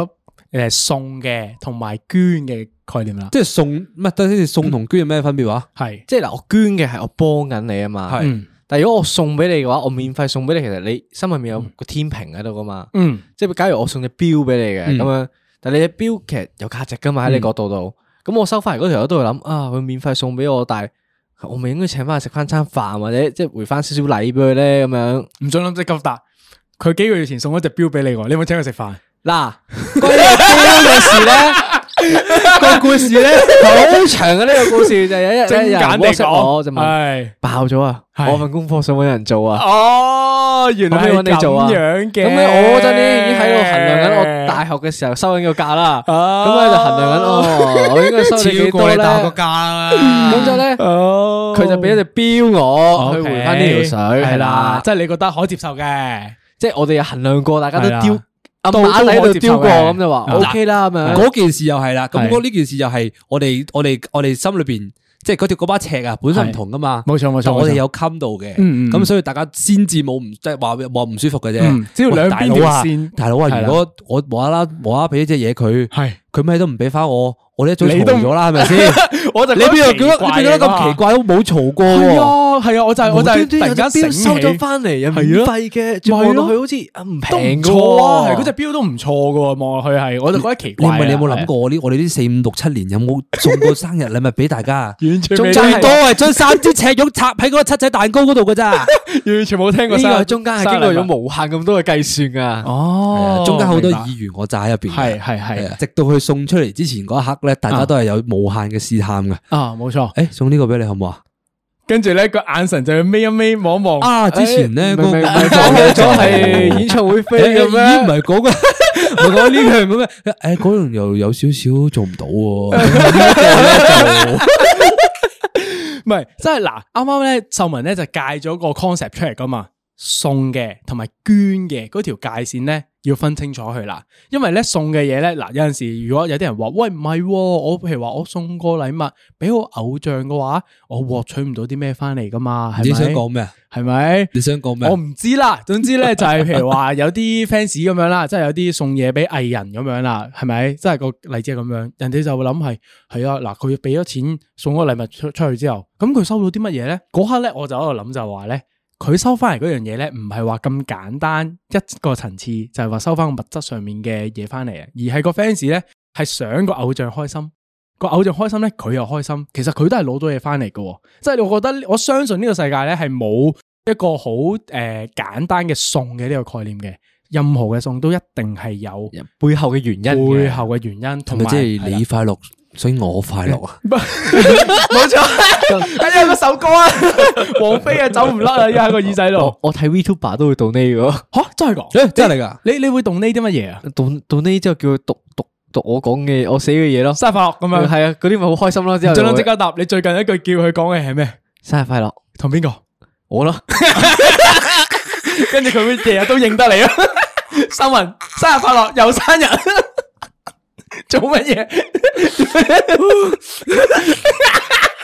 誒送嘅同埋捐嘅概念啦。即係送唔係等先，送同捐有咩分別話？係，即係嗱，我捐嘅係我幫緊你啊嘛。係嗯但係如果我送俾你嘅話，我免費送俾你，其實你心入面有個天平喺度噶嘛。嗯即係假如我送隻錶俾你嘅嗯咁樣，但係你隻錶其實有價值噶嘛喺你角度度。咁我收翻嚟嗰條友都會諗啊，佢免費送俾我，但係我咪應該請翻佢食翻餐飯，或者即係回翻少少禮俾佢咧咁樣。唔想諗即急答。佢幾個月前送咗隻錶俾你喎，你有冇請佢食飯？ 嗱，關於錶嘅事咧，個故事咧好長嘅呢個故事就係有一有一精日有人簡地 WhatsApp 我就講，問係爆咗啊，係我份功課想搵人做啊。哦，原可唔可來以係揾你做啊咁樣嘅。咁咧，我嗰陣咧已經喺度衡量緊我大學嘅時候收緊個價啦。啊咁咧就衡量緊哦，我應該收你幾多咧？ 價啦，咁之後咧，哦，佢就俾咗隻錶我 OK，去回翻呢條水，係哦係啦啦，，即係你覺得可接受嘅。即係我哋有衡量過，大家都係啦丟暗都馬喺都可度接丟受過，嘅咁就話嗱 OK 啦咁樣。嗰件事又係啦，咁啊係嗰呢件事又係我哋我哋我哋心裏边，即係嗰條嗰把尺啊，本身唔同噶嘛，冇錯冇錯但我冇哋錯有襟到嘅，嗯嗯咁所以大家先至冇唔即係話話唔舒服嘅嗯啫。只要喂兩邊大佬啊條線大佬啊，係啦如果我無啦啦無啦啦俾一隻嘢佢，係佢佢咩都唔俾翻我，我呢一早嘈你都唔咗啦，係咪 先？我就你邊度覺得你邊度覺得咁奇怪都冇嘈過哎係喎？啊，係啊，我就係我就係突然間醒收咗起。翻嚟又係免啊費嘅，仲望落去好似啊唔都平唔噶錯啊，係喎，嗰只表都唔錯噶，望落去係，我就覺得奇你怪啊。問你有冇諗過？過我呢？我哋呢四五六七年有冇送過生日禮物俾大家啊？完全仲 未最聽多係將三支赤玉插喺嗰個七仔蛋糕嗰度噶咋，完全冇聽過呢生日。個中間係經過咗無限咁多嘅計算啊！哦，中間好多明白議員我就喺入邊。係係係啊係直到佢送出嚟之前嗰一刻咧，大家都係有無限嘅試探嘅。啊，冇錯。诶，送呢個俾你好唔好啊？跟住咧個眼神就要眯一眯望一望。啊，之前咧明嗰明個唔 係講好咗係演唱會飛誒嘅咦唔咩？係嗰個， 我講呢樣咁嘅，诶，嗰樣又有少少做唔到 喎。唔係，即係嗱，啱啱咧，秀文咧就界咗個 concept 出嚟噶嘛，送嘅同埋捐嘅嗰條界線咧，要分清楚佢啦。因為咧送嘅嘢咧，嗱有陣時如果有啲人話，喂唔係喎，我譬如話我送個禮物俾我偶像嘅話，我獲取唔到啲咩翻嚟噶嘛，你係想咪？講咩啊？係咪？你想講咩啊我？唔知啦，總之咧就係譬如話有啲 fans 咁樣啦，即係有啲送嘢俾藝人咁樣啦，係咪？即係個例子係咁樣，人哋就會諗係係啊，嗱佢俾咗錢送嗰個禮物出出去之後，咁佢收到啲乜嘢咧？嗰刻咧我就喺度諗就話咧，佢收翻嚟嗰樣嘢咧，唔係話咁簡單一個層次，就係話收翻個物質上面嘅嘢翻嚟啊，而係個 fans 咧係想個偶像開心。個偶像開心咧，佢又開心，其實佢都係攞到嘢翻嚟嘅，即係我覺得我相信呢個世界咧係冇一個好誒、呃、簡單嘅送嘅呢個概念嘅，任何嘅送都一定係有背後嘅原因嘅背後嘅原因，係同咪埋即係係啦你快樂，所以我快樂啊？冇錯，係有嗰首歌啊， 王菲啊走唔甩啊，依家喺個耳仔度 我，我睇 Vtuber 都會 donate 嘅吓真係㗎？诶，真係㗎？你你會動呢啲乜嘢啊？喎，donate 之後叫佢讀讀讀我講嘅我寫嘅嘢咯，生日快樂咁樣，係啊，嗰啲咪好開心咯，之後盡就會量即刻答。你最近一句叫佢講嘅係咩？生日快樂同邊個？我咯，跟住佢會日日都認得你啊！秀文生日快樂，又生日， 做乜嘢？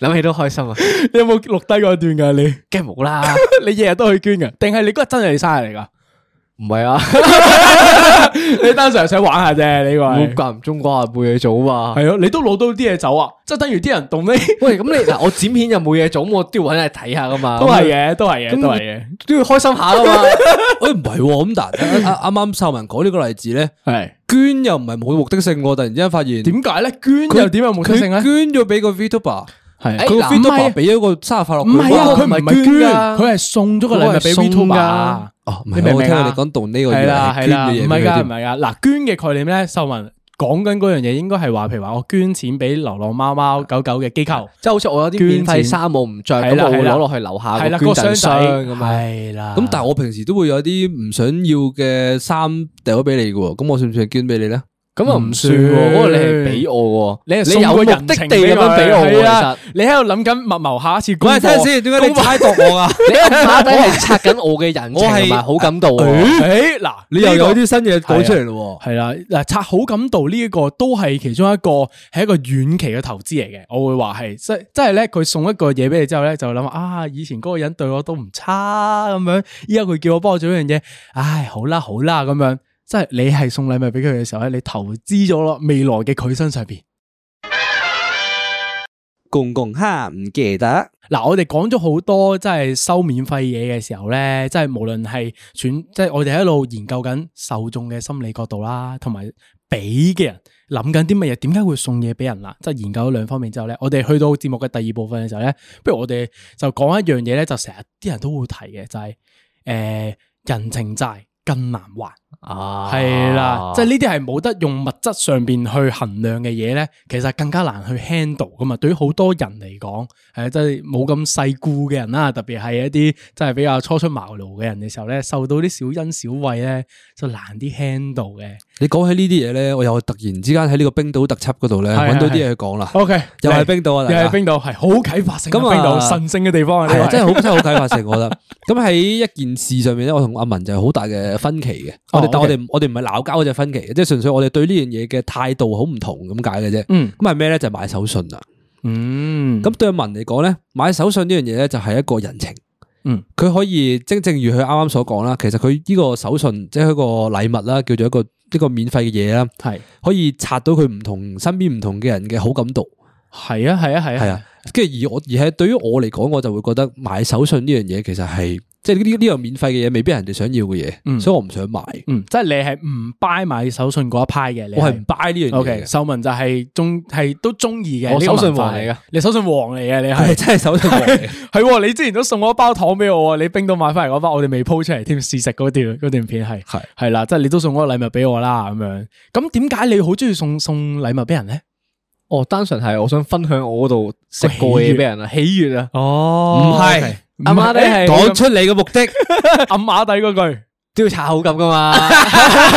諗起都開心啊，你有冇錄低嗰段噶？你 梗係冇啦，你日日都去捐噶？定係你嗰日真係你生日嚟噶？唔係啊，你單純係想玩下啫，呢個我係間唔中啩冇嘢做啊嘛。係咯，你都攞到啲嘢走啊，即係等於啲人動呢，喂，咁你嗱，我剪片又冇嘢做，咁我都要搵嚟睇下噶嘛，都係，嘅，都係啊咁嘅，都係嘅，都要開心下噶嘛。 诶，唔係喎，咁但係啊啊啱啱秀文講呢個例子咧，係捐又唔係冇目的性喎，突然之間發現點解咧？捐又點有冇特佢性咧？捐咗俾個 Vtuber，係佢個嗱唔係啊 Vtuber 俾咗個生日快樂唔係啊？佢佢話唔係佢唔係捐捐㗎，㗎佢係送咗個禮物俾嗰個係 Vtuber 送㗎㗎。哦，唔你係明唔我明聽啊你講動呢個係嘢啦係啦，捐嘅嘢俾佢唔係㗎添唔係㗎。嗱，捐嘅概念咧，秀文講緊嗰樣嘢應該係話，譬如話我捐錢俾流浪貓貓狗狗嘅機構，即係好似我有啲免費衫我唔着，捐錢咁我會係啦係啦攞落去樓下係啦，啊個捐贈個箱仔箱咁啊。係啦。咁但係我平時都會有啲唔想要嘅衫掉咗俾你嘅喎，咁我算唔算捐俾你咧？咁又唔算唔喎，算嗰個你係俾我喎，你係你有送個目的人地情咁樣俾我佢係喎啊其實。你喺度諗緊密謀下一次功喂，課，睇下先，點解你猜度我 啊？你暗馬底係拆緊我嘅 人情我係同埋好感度喎。誒嗱，你又有呢個啲新嘢講出嚟咯係啦，嗱，刷好感度呢一個都係其中一個係一個遠期嘅投資嚟嘅，我會話係即即係咧，佢送一個嘢俾你之後咧，就諗啊，以前嗰個人對我都唔差咁樣，依家佢叫我幫我做一樣嘢，唉，好啦好啦咁樣，即係你係送禮物俾佢嘅時候咧，你投資咗咯未來嘅佢身上邊。喎。公公哈，唔記得。嗱，我哋講咗好多即係收免費嘢嘅時候咧，即係無論係選，即係我哋喺度研究緊受眾嘅心理角度啦，同埋俾嘅人諗緊啲乜嘢，點解會送嘢俾人啦？即係研究咗兩方面之後咧，我哋去到節目嘅第二部分嘅時候咧，不如我哋就講一樣嘢咧，就成日啲人都會提嘅，就係、呃人情債更難還。啊係啦，即係呢啲係冇得用物質上边去衡量嘅嘢咧，其實更加難去 handle 噶嘛。對於好多人嚟講，係即係冇咁世故嘅人啦，特別係一啲即係比較初出茅廬嘅人嘅時候咧，受到啲小恩小惠咧，就難啲 handle 嘅。你講起呢啲嘢咧，我又突然之間喺呢個冰島特輯嗰度咧，係揾到啲係嘢去講啦。 OK，又係冰島啊，又大家係冰島，係好啟發性嘅咁啊冰島，神聖嘅地方啊，係呢啊，個真係好真係好啟發性，我覺得。咁喺一件事上面咧，我同阿文就係好大嘅分歧嘅。我哋但我哦 OK 哋唔我哋唔係鬧交嗰只分歧嘅，即係純粹我哋對呢樣嘢嘅態度好唔同咁解嘅啫。嗯咁係咩咧？就係買手信啦。嗯咁對阿文嚟講咧，買手信呢樣嘢咧就係一個人情。嗯，佢可以正正如佢啱啱所講啦，其實佢呢個手信即係一個禮物啦，叫做一個呢個免費嘅嘢啦，係可以刷到佢唔同身邊唔同嘅人嘅好感度，係啊係啊係啊係啊。跟住而我而係對於我嚟講，我就會覺得買手信呢樣嘢其實係即係呢呢樣免費嘅嘢，未必係人哋想要嘅嘢，嗯所以我唔想買，嗯，即係你係唔 buy 買手信嗰一派嘅，你我係唔 buy 呢樣 O 嘢 K，嘅。哦秀文就係中係都中意嘅，我呢個手信文化王嚟㗎，你手信王嚟嘅，你係係真係手信王嚟嘅係喎，你之前都送咗包糖俾我喎，你冰島買翻嚟嗰包，我哋未 po 出嚟添，試食嗰段嗰段片係係係啦，即係你都送嗰個禮物俾我啦，咁樣，咁點解你好中意送送禮物俾人咧？ 哦，單純係我想分享我嗰度食過嘢俾人啊，喜悦啊，哦唔係阿媽咧係講出你嘅目的，暗馬底嗰 句， 都要刷口感噶嘛，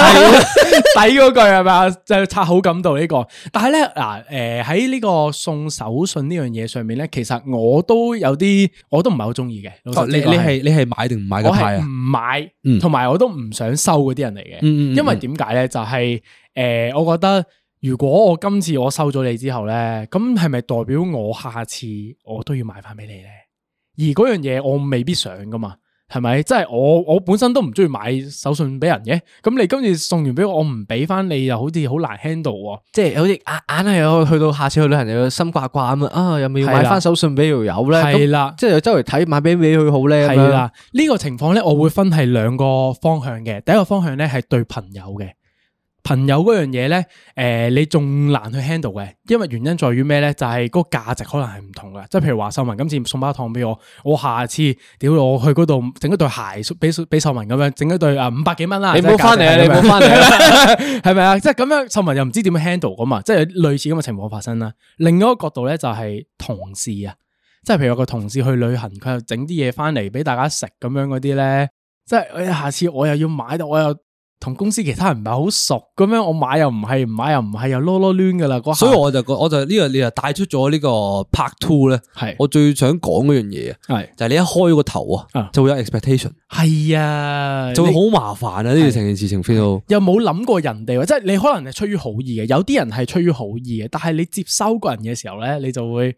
底嗰句係咪啊？就刷好感度呢個，但係咧嗱，誒喺呢個送手信呢樣嘢上面咧，其實我都有啲，我都唔係好中意嘅。老實哦你呢你個係你係買定唔買嘅我派係唔啊？買嗯，同埋我都唔想收嗰啲人嚟嘅。嗯嗯嗯因為點解咧？就係、诶、我覺得如果我今次我收咗你之後咧，咁係咪代表我下次我都要買翻俾你咧？而嗰樣嘢我未必想噶嘛。係咪？即係我我本身都唔中意買手信俾人嘅，咁你今次送完俾我，我唔俾翻你，又好似好難 handle 喎。即係好似硬硬係去到下次去旅行又要心掛掛咁啊，啊又咪要係買啦翻手信俾條友咧，係咁啦，即係周圍睇買俾俾佢好咧，咁係樣，啦，呢個情況咧，我會分係兩個方向嘅。第一個方向咧係對朋友嘅，朋友嗰樣嘢咧，诶、你仲難去 handle 嘅，因為原因在於咩咧？就係嗰個價值可能係唔同嘅。即係譬如話秀文今次送包糖俾我，我下次屌我去嗰度整一對鞋俾俾秀文咁樣，整一對啊五百幾蚊啦。你唔好翻嚟啊，你唔好翻嚟啊，系咪啊？即系咁样，秀文又唔知点樣 handle 噶嘛，即系类似咁嘅情況發生啦。另一個角度咧就係同事啊，即係譬如有個同事去旅行，佢又整啲嘢翻嚟俾大家食咁樣嗰啲咧，即係哎呀下次我又要買到，我又同公司其他人唔係好熟，咁樣我買又唔係，唔買又唔係，又啰啰挛噶啦。嗰下所以我就覺，我就呢個你就帶出咗呢個 part two 咧，係我最想講嗰樣嘢啊，係就係你一開個頭啊啊，就會有 expectation，係啊，就會你好麻煩啊！呢件成件事情 feel 又冇諗過人哋喎，即係你可能係出於好意嘅，有啲人係出於好意嘅，但係你接收個人嘅時候咧，你就會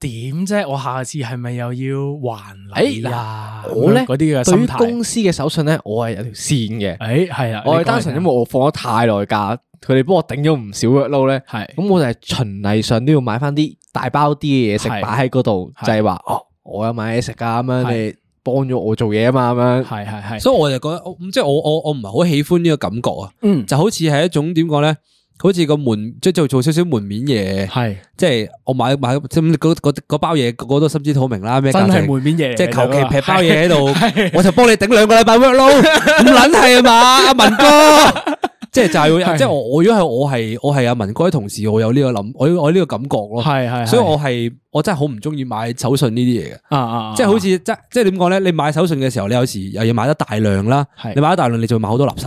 點啫？我下次係咪又要還你啊？哎嗱我呢嗰啲對嘅心於態，公司嘅手信咧，我係有條線嘅，誒係啊，我係單純因為為我放咗太耐假，佢哋幫我頂咗唔少 work load 咧，係咁我就係循例上都要買翻啲大包啲嘅嘢食係擺喺嗰度，係就係話哦，我有買嘢食啊噶咁樣，係你幫咗我做嘢啊嘛咁樣，係係係，所以我就覺得，我即係我我我唔係好喜歡呢個感覺啊，嗯就好似係一種點講咧，好似個門即係做做少少門面嘢，係即係我買買即係嗰嗰嗰包嘢，個個都心知肚明啦，咩真價係值。門面嘢嚟嘅，即係求其劈包嘢喺 係度，我就幫你頂兩個禮拜 work load，唔撚係啊嘛，阿文哥，即係就係會，即係我我如果係我係我係阿文哥啲同事，我有呢個諗，我我呢個感覺咯，係係，係所以我係我真係好唔中意買手信呢啲嘢嘅，啊啊，即係好似即即係點講咧？你買手信嘅時候，你有時又要買得大量啦，係你買得大量，你就會買好多垃圾，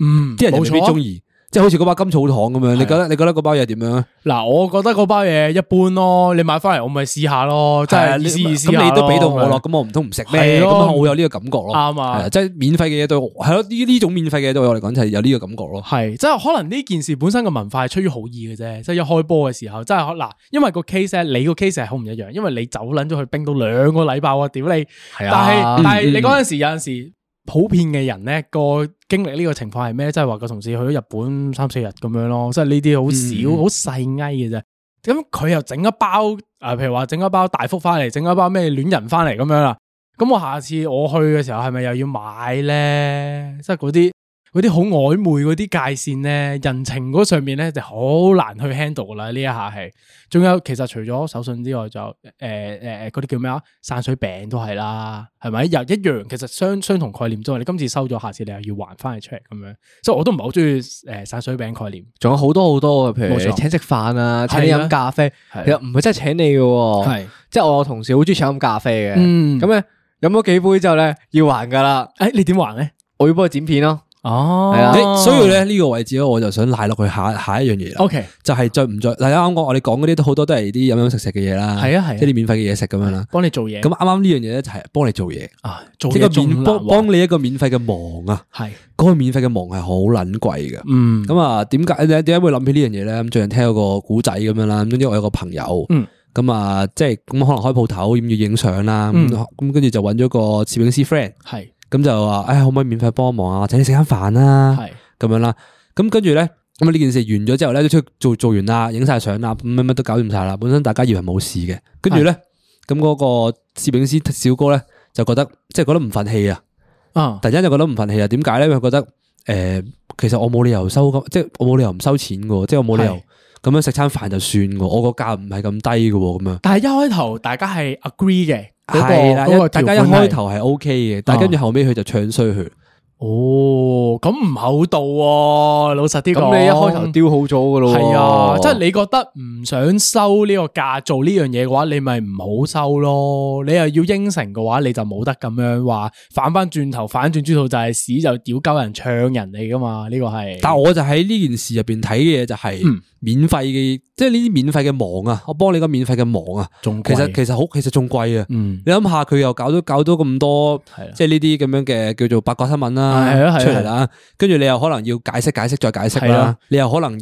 嗯，啲人又未冇必錯中意。即係好似嗰包金草糖咁樣，你覺得你覺得嗰包嘢點樣啊？嗱，我覺得嗰包嘢一般咯，你買翻嚟我咪試下咯，即係意思意思咁下啊你都俾到我咯咯，咁我唔通唔食咩？係咁咯我會有呢個感覺咯。啱啊係即係免費嘅嘢對我係咯，呢呢種免費嘅嘢對我嚟講就係有呢個感覺咯。系，即係可能呢件事本身嘅文化係出於好意嘅啫，即係一開波嘅時候，真係可嗱，因為個 case 咧，你個 case 係好唔一樣，因為你走撚咗去冰島兩個禮拜喎，屌你！係啊但係但係嗯你嗰陣時有陣時普遍嘅人咧個經歷呢個情況係咩？即係話個同事去咗日本三四日咁樣咯，即係呢嗯啲好少好細埃嘅啫。咁佢又整一包啊，譬如話整一包大福翻嚟，整一包咩戀人翻嚟咁樣啦。咁我下次我去嘅時候係咪又要買咧？即係嗰啲。嗰啲好曖昧嗰啲界線咧，人情嗰上面咧就好難去 handle 啦。呢一下係，仲有其實除咗手信之外，仲有誒誒嗰啲叫咩啊？散水餅都係啦，係咪？又一樣，其實相相同概念之外，你今次收咗，下次你又要還翻嚟出嚟咁樣，所以我都唔係好中意誒散水餅概念。仲有好多好多嘅，譬如冇錯你請食飯啊，請你係啊飲咖啡，係其實唔係真係請你嘅喎，即係我有同事好中意請飲咖啡嘅，嗯咁咁咧飲咗幾杯之後咧要還㗎啦，誒你點還咧？我要幫佢剪片咯，哦係啊誒所以咧呢個位置咧，我就想賴落去下下一樣嘢啦， ，OK，就係再唔再大家啱啱講我哋講嗰啲都好多都係啲飲飲食食嘅嘢啦，係啊係啊即係啲免費嘅嘢食咁樣啦。幫你做嘢，咁啱啱呢樣嘢咧就係幫你做嘢，啊做即係嘢個仲免難幫幫幫你一個免費嘅忙啊，係嗰個免費嘅忙係好撚貴嘅。嗯咁啊，點解點解會諗起呢樣嘢咧？咁最近聽有個古仔咁樣啦，咁跟住我有個朋友，嗯咁啊，即係咁可能開鋪頭，咁要影相啦，嗯咁咁跟住就揾咗個攝影師 friend，係咁就話，唉，可唔可以免費幫忙啊？請你食餐飯啦，係咁樣啦。咁跟住咧，咁啊呢件事完咗之後咧，都出去做做完啦，影晒相啦，乜乜都搞掂晒啦。本身大家以為冇事嘅，跟住咧，咁嗰個攝影師小哥咧就覺得即係覺得唔忿氣啊，啊突然間就覺得唔忿氣啊。點解咧？因為覺得诶、誒其實我冇理由收咁，即係我冇理由唔收錢噶，即係我冇理由咁係樣食餐飯就算噶，我個價唔係咁低噶咁樣。但系一開頭大家係 agree 嘅，嗰個係啦，嗰個大條家款一係開頭係 O K 嘅，但係跟住後尾佢就唱衰佢。哦，咁唔厚道喎，老實啲講。咁你一開頭丟好咗噶咯喎，係啊，即係你覺得唔想收呢個價做呢樣嘢嘅話，你咪唔好收咯。你又要應承嘅話，你就冇得咁樣話反翻轉頭，反轉豬肚就係屎就屌鳩人唱人嚟噶嘛？呢個係。但我就喺呢件事入边睇嘅嘢就係嗯免費嘅，即係呢啲免費嘅網啊，我幫你個免費嘅網啊，仲其實貴其實好，其實仲貴啊。嗯你諗下，佢又搞到搞到咁多係啊，即係呢啲咁樣嘅叫做八卦新聞係啊係啦，啊出嚟啦，跟住你又可能要解釋解釋再解釋係啦啊，你又可能要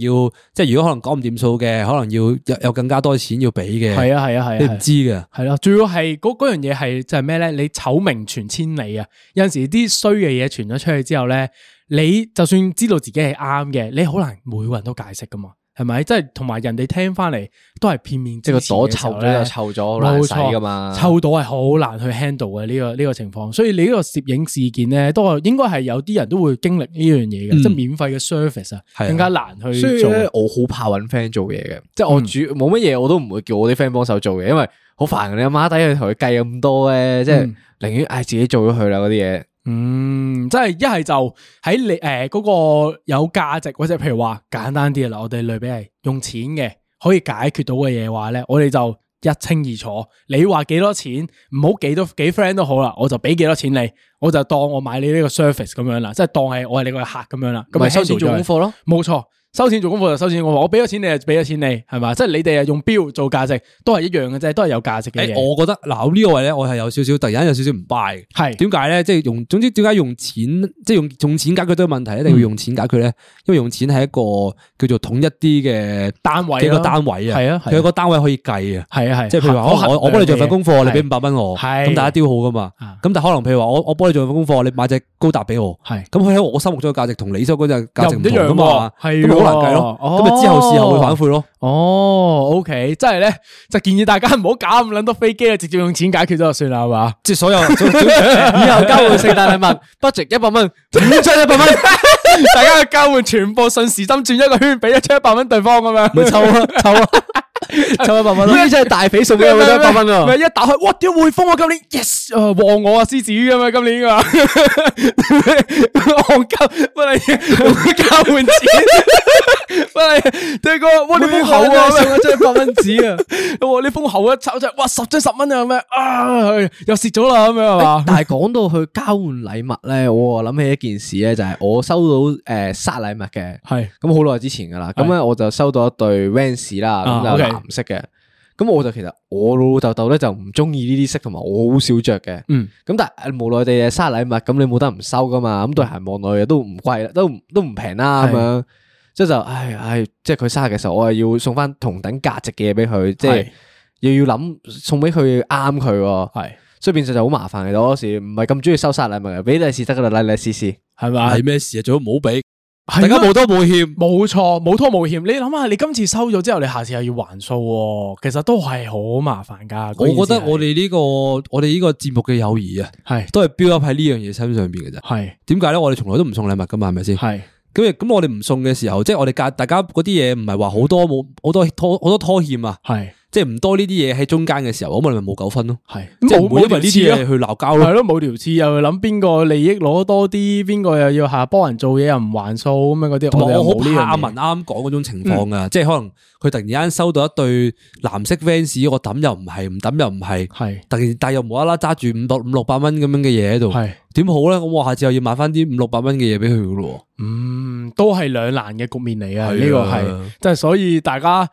即係如果可能講唔掂數嘅，可能要有有更加多錢要俾嘅，係啊係啊係啊你係啊唔知嘅。系啦，仲要係嗰嗰樣嘢係就係咩咧？你醜名傳千里啊！有阵时啲衰嘅嘢傳咗出去之後咧，你就算知道自己係啱嘅，你好難每個人都解釋噶嘛，係咪？即係同埋人哋聽翻嚟都係片面即支係持個嘅時候朵呢，臭咗就臭咗，好難洗噶嘛冇錯。臭到係好難去 handle 嘅呢、個呢、個情況，所以你呢個攝影事件咧，都係應該係有啲人都會經歷呢樣嘢嘅，嗯即係免費嘅 service 啊，係啊更加難去所以做。咧，我好怕揾 friend 做嘢嘅，即系嗯我主冇乜嘢，我都唔會叫我啲 friend 幫手做嘅，因為好煩嘅。啊你阿媽低去同佢計咁多咧，即係嗯寧願嗌自己做咗佢啦嗰啲嘢。嗯，即係一係就喺你诶嗰、個有價值，或者譬如話簡單啲啦，我哋類比係用錢嘅可以解決到嘅嘢話咧，我哋就一清二楚。你話幾多錢，唔好幾多幾 friend 都好啦，我就俾幾多錢你，我就當我買你呢個 service 咁樣啦，即係當係我係你個客咁樣啦。咁咪收錢做功課咯，冇錯，收錢做功課就收錢做功課，我俾咗錢你就俾咗錢你，係嘛？即係你哋係用表做價值，都係一樣嘅啫，都係有價值嘅诶，嘢。我覺得嗱呢個位咧，我係有少少突然間有少少唔 buy 嘅。係點解咧？即係用，總之點解用錢，即係用用錢解決都有問題，嗯一定要用錢解決咧？因為用錢係一個叫做統一啲嘅單位嘅一個咯單位啊，係啊係啊佢有個單位可以計啊。係啊係，即係譬如話，可能我我幫你做份功課，你俾五百蚊我，係咁大家丟好噶嘛。啊咁但係可能譬如話，我我幫你做份功課，你買隻高達俾我，係咁佢喺我心目中嘅價值同你心目中嘅價值唔又唔一樣同噶嘛，喎係咁咪好難計咯。喎咁咪之後事後會反悔咯。哦，OK，即系咧就建議大家唔好搞咁撚多飛機啊，直接用錢解決咗就算啦，係嘛？即係所有總總以以後後交交換換性聖誕禮物 budget 一百蚊，五張一百蚊。 大家嘅交換全部順時針轉一個圈，俾一張一百蚊對方咁樣，咪抽咯，抽咯，抽一百蚊咯。呢真係大匪送俾我咩得一百蚊啊咪！一打開，哇！屌匯豐啊，今年 yes，啊旺我啊，獅子咁樣今年啊，戇鳩乜你交換錢，乜你對個哇你封口啊，送一張一百蚊紙啊！哇你封口一抽出嚟，哇十張十蚊啊咁樣啊，又蝕咗啦咁樣係嘛？但係講到去交換禮物咧，我啊諗起一件事咧，就係我收到诶生日禮物嘅，係咁好耐之前噶啦，咁係咧我就收到一對 Vans 啦，啊咁就 OK 藍色嘅。咁我就其實我老老豆豆咧就唔中意呢啲色，同埋我好少着嘅。嗯，咁但係呃無奈地嘅生日禮物，咁你冇得唔收噶嘛？咁對鞋望落去都唔貴啦，都唔都唔平啦咁係樣。即係就唉唉，即係佢生日嘅時候，我係要送翻同等價值嘅嘢俾佢，即係係又要諗送俾佢啱佢喎。係。所以變相就好麻煩嘅。我嗰時唔係咁中意收生日禮物嘅，俾利是得噶啦，利利是是。系嘛？係咩事啊？最好唔好俾，係大家咩冇多冇欠。冇錯，冇拖冇欠。你諗下，你今次收咗之後，你下次又要還數喎，其實都係好麻煩噶。我覺得我哋呢個我哋呢個節目嘅友誼啊，係都係 build up 喺呢樣嘢身上邊嘅啫。係點解咧？我哋從來都唔送禮物噶嘛，係咪先？咁係咁我哋唔送嘅時候，即係我哋隔大家嗰啲嘢唔係話好多冇好多拖好多拖欠啊，係即係唔多呢啲嘢喺中間嘅時候，咁我哋咪冇糾紛咯。係，即係唔會因為呢啲嘢條刺咯。去鬧交咯。係咯，冇條刺又諗邊個利益攞多啲，邊個又要下幫人做嘢又唔還數咁樣嗰啲。同埋哋又我好冇呢樣怕阿嘢嗯文啱啱講嗰種情況噶，即係可能佢突然間收到一對藍色 Vans，我抌又唔係，唔抌又唔係。係突然但又無啦啦揸住五百五六百蚊咁樣嘅嘢喺度，係點好咧？咁我下次又要買翻啲五六百蚊嘅嘢俾佢噶咯嗯，都係兩難嘅局面嚟啊！係呢個啊係，即係所以大家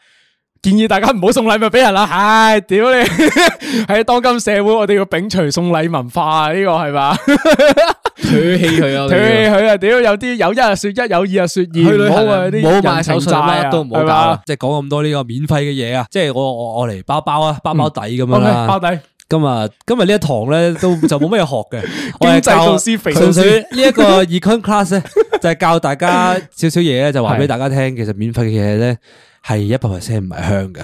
建議大家唔好送禮物俾人啦。唉，屌你！ 喺當今社會，我哋要摒除送禮文化啊！呢個係嘛？唾棄佢啊！屌佢啊！屌有啲有一日說一，有二日說去二，旅唔好行啊！啲唔好人買情手信債乜啊都唔好係搞嘛啊喎。即係講咁多呢個免費嘅嘢啊！即係我我我嚟包包啊，包包底咁樣嗯 OK，包啦。底今日今日呢一堂咧 都就冇咩學嘅，我係經濟導師肥純導師粹呢一個 econ class 咧，就係教大家少少嘢咧，就話俾大家聽，其實免費嘅嘢咧係一百 percent 唔係香嘅，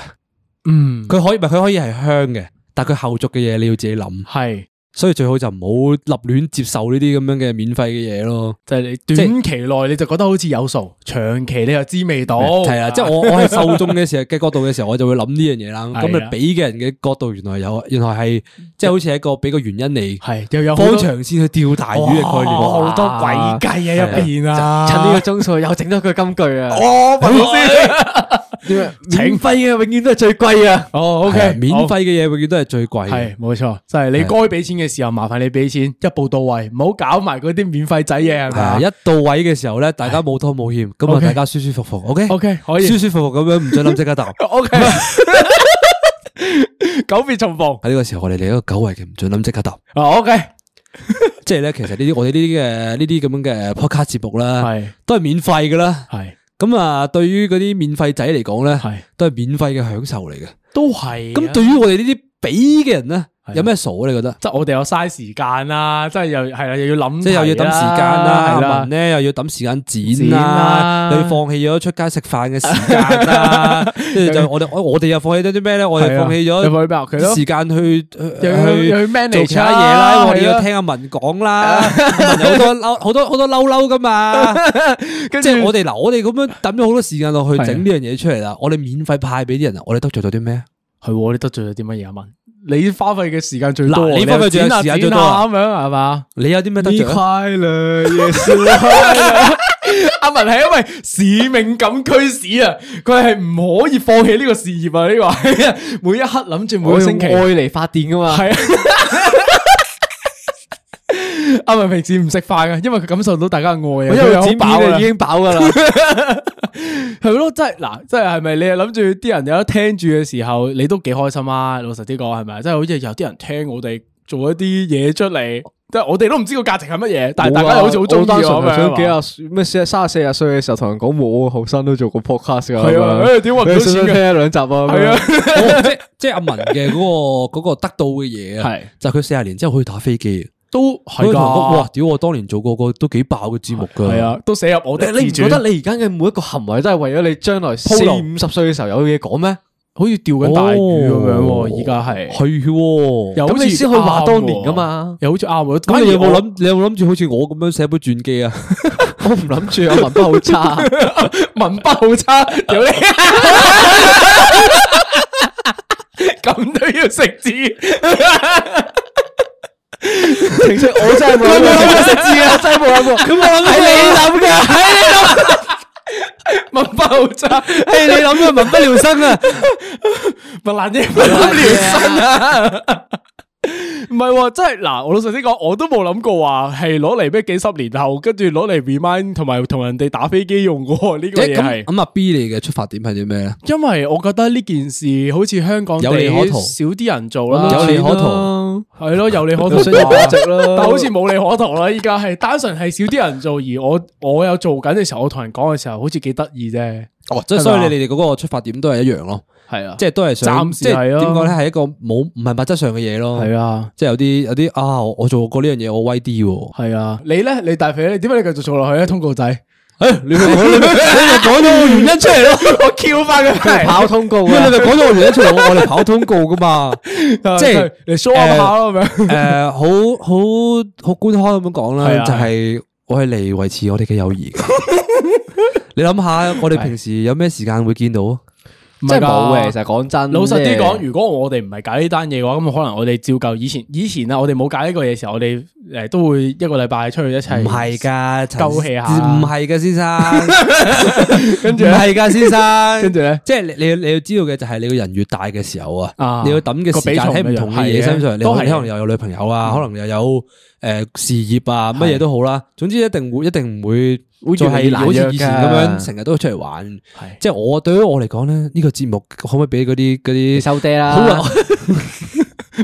嗯，佢可以唔係佢可以係香嘅，但佢後續嘅嘢你要自己諗，系所以最好就唔好立亂接受呢啲咁樣嘅免費嘅嘢咯。就系你短期內你就覺得好似有數，長期你又知味道。係啊，即係我我係受眾嘅時候嘅角度嘅時候，我就會諗呢樣嘢啦。咁係你啊俾嘅人嘅角度，原來有，原來係即係好似係一個俾個原因你。係又有好方多長線去釣大魚嘅概念，哇好多鬼計喺入边啊！哦趁呢个钟数又整多句金句啊！我文老師， 免费啊嘅永远都系最贵啊！啊哦係啊，OK，免費嘅嘢永遠都係最貴嘅。系冇錯，就係你該俾錢嘅時候，麻煩你俾錢，一步到位，唔好搞埋嗰啲免費仔嘢，係係啊咪一到位嘅時候咧，大家冇拖冇欠，咁啊 OK 大家舒舒服服，OK OK，可以舒舒服服咁樣，唔准諗即刻答。喺？O K，久別重逢。呢個時候，我哋嚟一個久違嘅唔准諗即刻答，啊，OK，即係咧，其實呢啲我哋呢啲嘅呢啲咁樣嘅 podcast 節目啦，係都係免費噶啦。係咁啊，對於嗰啲免費仔嚟講係咧，都係免費嘅享受嚟嘅。都係啊。咁對於我哋呢啲俾嘅人咧，有咩傻啊？你覺得？即係我哋有嘥時間啦，即係又係啦，又要諗題啦，即係又要抌時間啦，係阿啦文，咧又要抌時間剪剪啦啦，又要放棄咗出街食飯嘅時間 啦，跟住就我哋我我哋又放棄咗啲咩咧？我哋係啊放棄又放棄咩啊佢咗咯時間去去又要又要去 manage 做其他嘢啦，啦我哋係要啊聽阿文講啦， 阿文有好多嬲好多好多嬲嬲噶嘛，跟即住係我哋嗱，我哋咁樣抌咗好多時間落去係啊整呢樣嘢出嚟啦，我哋免費派俾啲人啊，我哋得罪咗啲咩？係喎，你得罪咗啲乜嘢啊？文，你花費嘅時間最多嗱你喎，花費最又多時間最多啊剪下剪下咁樣係嘛？你有啲咩得罪啊？ 樂，也是快樂。阿文係因為使命感驅使啊，佢係唔可以放棄呢個事業啊！呢個係 啊每一刻諗住每個我星期用爱嚟发电噶嘛，系啊。阿文平時唔食飯嘅，因為佢感受到大家嘅愛我啊，因佢为又好剪片飽啊啊已经饱噶啦。系咯，即系嗱，即系系咪你係谂住啲人有得听住嘅时候，你都几开心啊？老实啲讲，系咪？即系好似有啲人听我哋做一啲嘢出嚟，即系我哋都唔知个价值系乜嘢， 但系大家又好似好中意我單純咁係样想幾啊。廿歲咩四三十四廿歲嘅時候同人講我後生都做過 podcast 㗎。係啊咁樣誒點搵唔到你想唔想錢㗎聽一兩集啊？係咁樣啊哦即係即係阿文嘅嗰個嗰個得到嘅嘢啊係，就係佢四十年之後可以打飛機啊。都佢系同我哇噶，！屌，我當年做過個都幾爆嘅節目噶。系，啊，都写入我哋你你唔覺得你而家嘅每一個行為都係為咗你將來四路五十歲嘅時候有嘢講咩？好似钓紧大鱼咁样喎？而家系係喎。哦又好似咁你先可以話啱當年㗎喎嘛又好似啱喎。咁你有冇反而我諗？你有冇諗住好似我咁樣寫本傳記啊？我唔諗住我文筆好 差，文筆好差，屌你！ 咁都要食字，情緒 我真係冇諗過識字啊，真係冇諗哦過。咁我諗係你諗啊嘅， 文筆好差，係你諗嘅民不聊 生啊！咪爛嘢，文筆聊生啊！唔係喎，真係嗱，我老實啲講，我都冇諗過話係攞嚟咩幾十年後，跟住攞嚟 remind 同埋同人哋打飛機用嘅喎呢即個係啊嘢咁係，咁阿 B 你嘅出發點係啲咩啊咧？因為我覺得呢件事好似香港地有利可圖少啲人做啦，有利啊可圖係 咯，有利可圖我想入啩價值咯， 但好似冇利可圖啦，依家係單純係少啲人做，而我我有做緊嘅時候，我同人講嘅時候，好似幾得意啫。哦，即係所以你哋嗰個出發點都係一樣咯，係啊即係都係想，暫時即係係啊點講咧？係一個冇唔係物質上嘅嘢咯。係啊，即係有啲有啲啊，我我做過呢樣嘢，我威啲喎。係啊。你咧，你大肥咧，點解你繼續做落去咧？通 告仔，誒，哎你咪講 你咪你咪講咗個 原因出嚟咯。 我 Q 翻佢佢跑通告喂，啊你咪！講咗個原因出嚟，我我哋跑通告噶嘛？ 即 係你 show up 下咯咁 樣。诶，呃好好好官腔咁樣講係啦，啊就係我係嚟維持我哋嘅友 誼㗎。你諗下，我哋平時有咩時間會見到啊？真係冇嘅，其實講真， 老實啲即係講，如果我哋唔係搞呢單嘢嘅話，咁可能我哋照舊以前以前啊，我哋冇搞呢個嘢嘅時候，我哋誒都會一個禮拜出去一齊。唔係㗎，陳鳩氣下 唔係㗎，先生，跟住唔呢係㗎，先生，跟住咧即係你你要你要知道嘅就係你個人越大嘅時候啊啊，你要抌嘅時間喺唔同嘅嘢身上，你個比重唔可你可能一樣係嘅都係嘅又有女朋友啊，可能又有诶事業啊，乜嘢都好啦。總之一定會一定唔會會再越嚟越係難好似約以前咁㗎樣成日都出嚟玩。即係我對於我嚟講咧，呢個節目可唔可以俾嗰啲嗰你啲收爹啦，好啊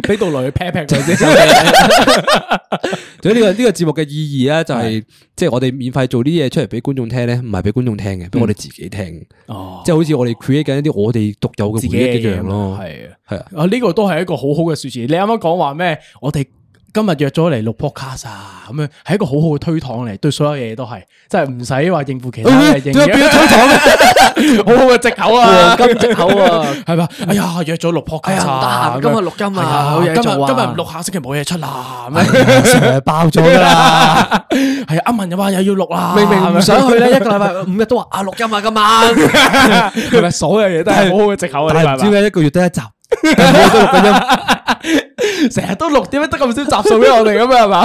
俾道女劈劈佢 先。所以呢個呢个节目嘅意義咧，就係即係我哋免費做啲嘢出嚟俾觀眾聽咧，唔係俾觀眾聽嘅，俾我哋自己聽。哦，即係好似我哋 create 緊一啲我哋獨有嘅自己回憶嘅一樣嘢咯咯，。系啊。係啊，啊！呢個都係一個好好嘅说辭。你啱啱講話咩？我哋今日約咗嚟錄 podcast 啊，咁樣係一個好好嘅推搪嚟，對所有嘢都係，即係唔使話應付其他哎嘅點應解變咗推搪 好好嘅藉口啊， 黃金藉口啊係嘛？哎呀，約咗錄 podcast 啊，哎呀唔得閒今咁樣日錄音啊係有嘢今日今日做啊唔錄，下星期冇嘢出啦，咁樣成日爆咗噶 啦。 係啊，阿文又話又要錄 啦，明明唔想去係咪 咧，一個禮拜五日都話啊錄音啊今晚，係咪所有嘢都係好好嘅藉口啊？但你係唔明知白點解一個月得一集，但係我都錄緊音。成日都錄，點解得咁少集數俾我哋咁啊？係嘛？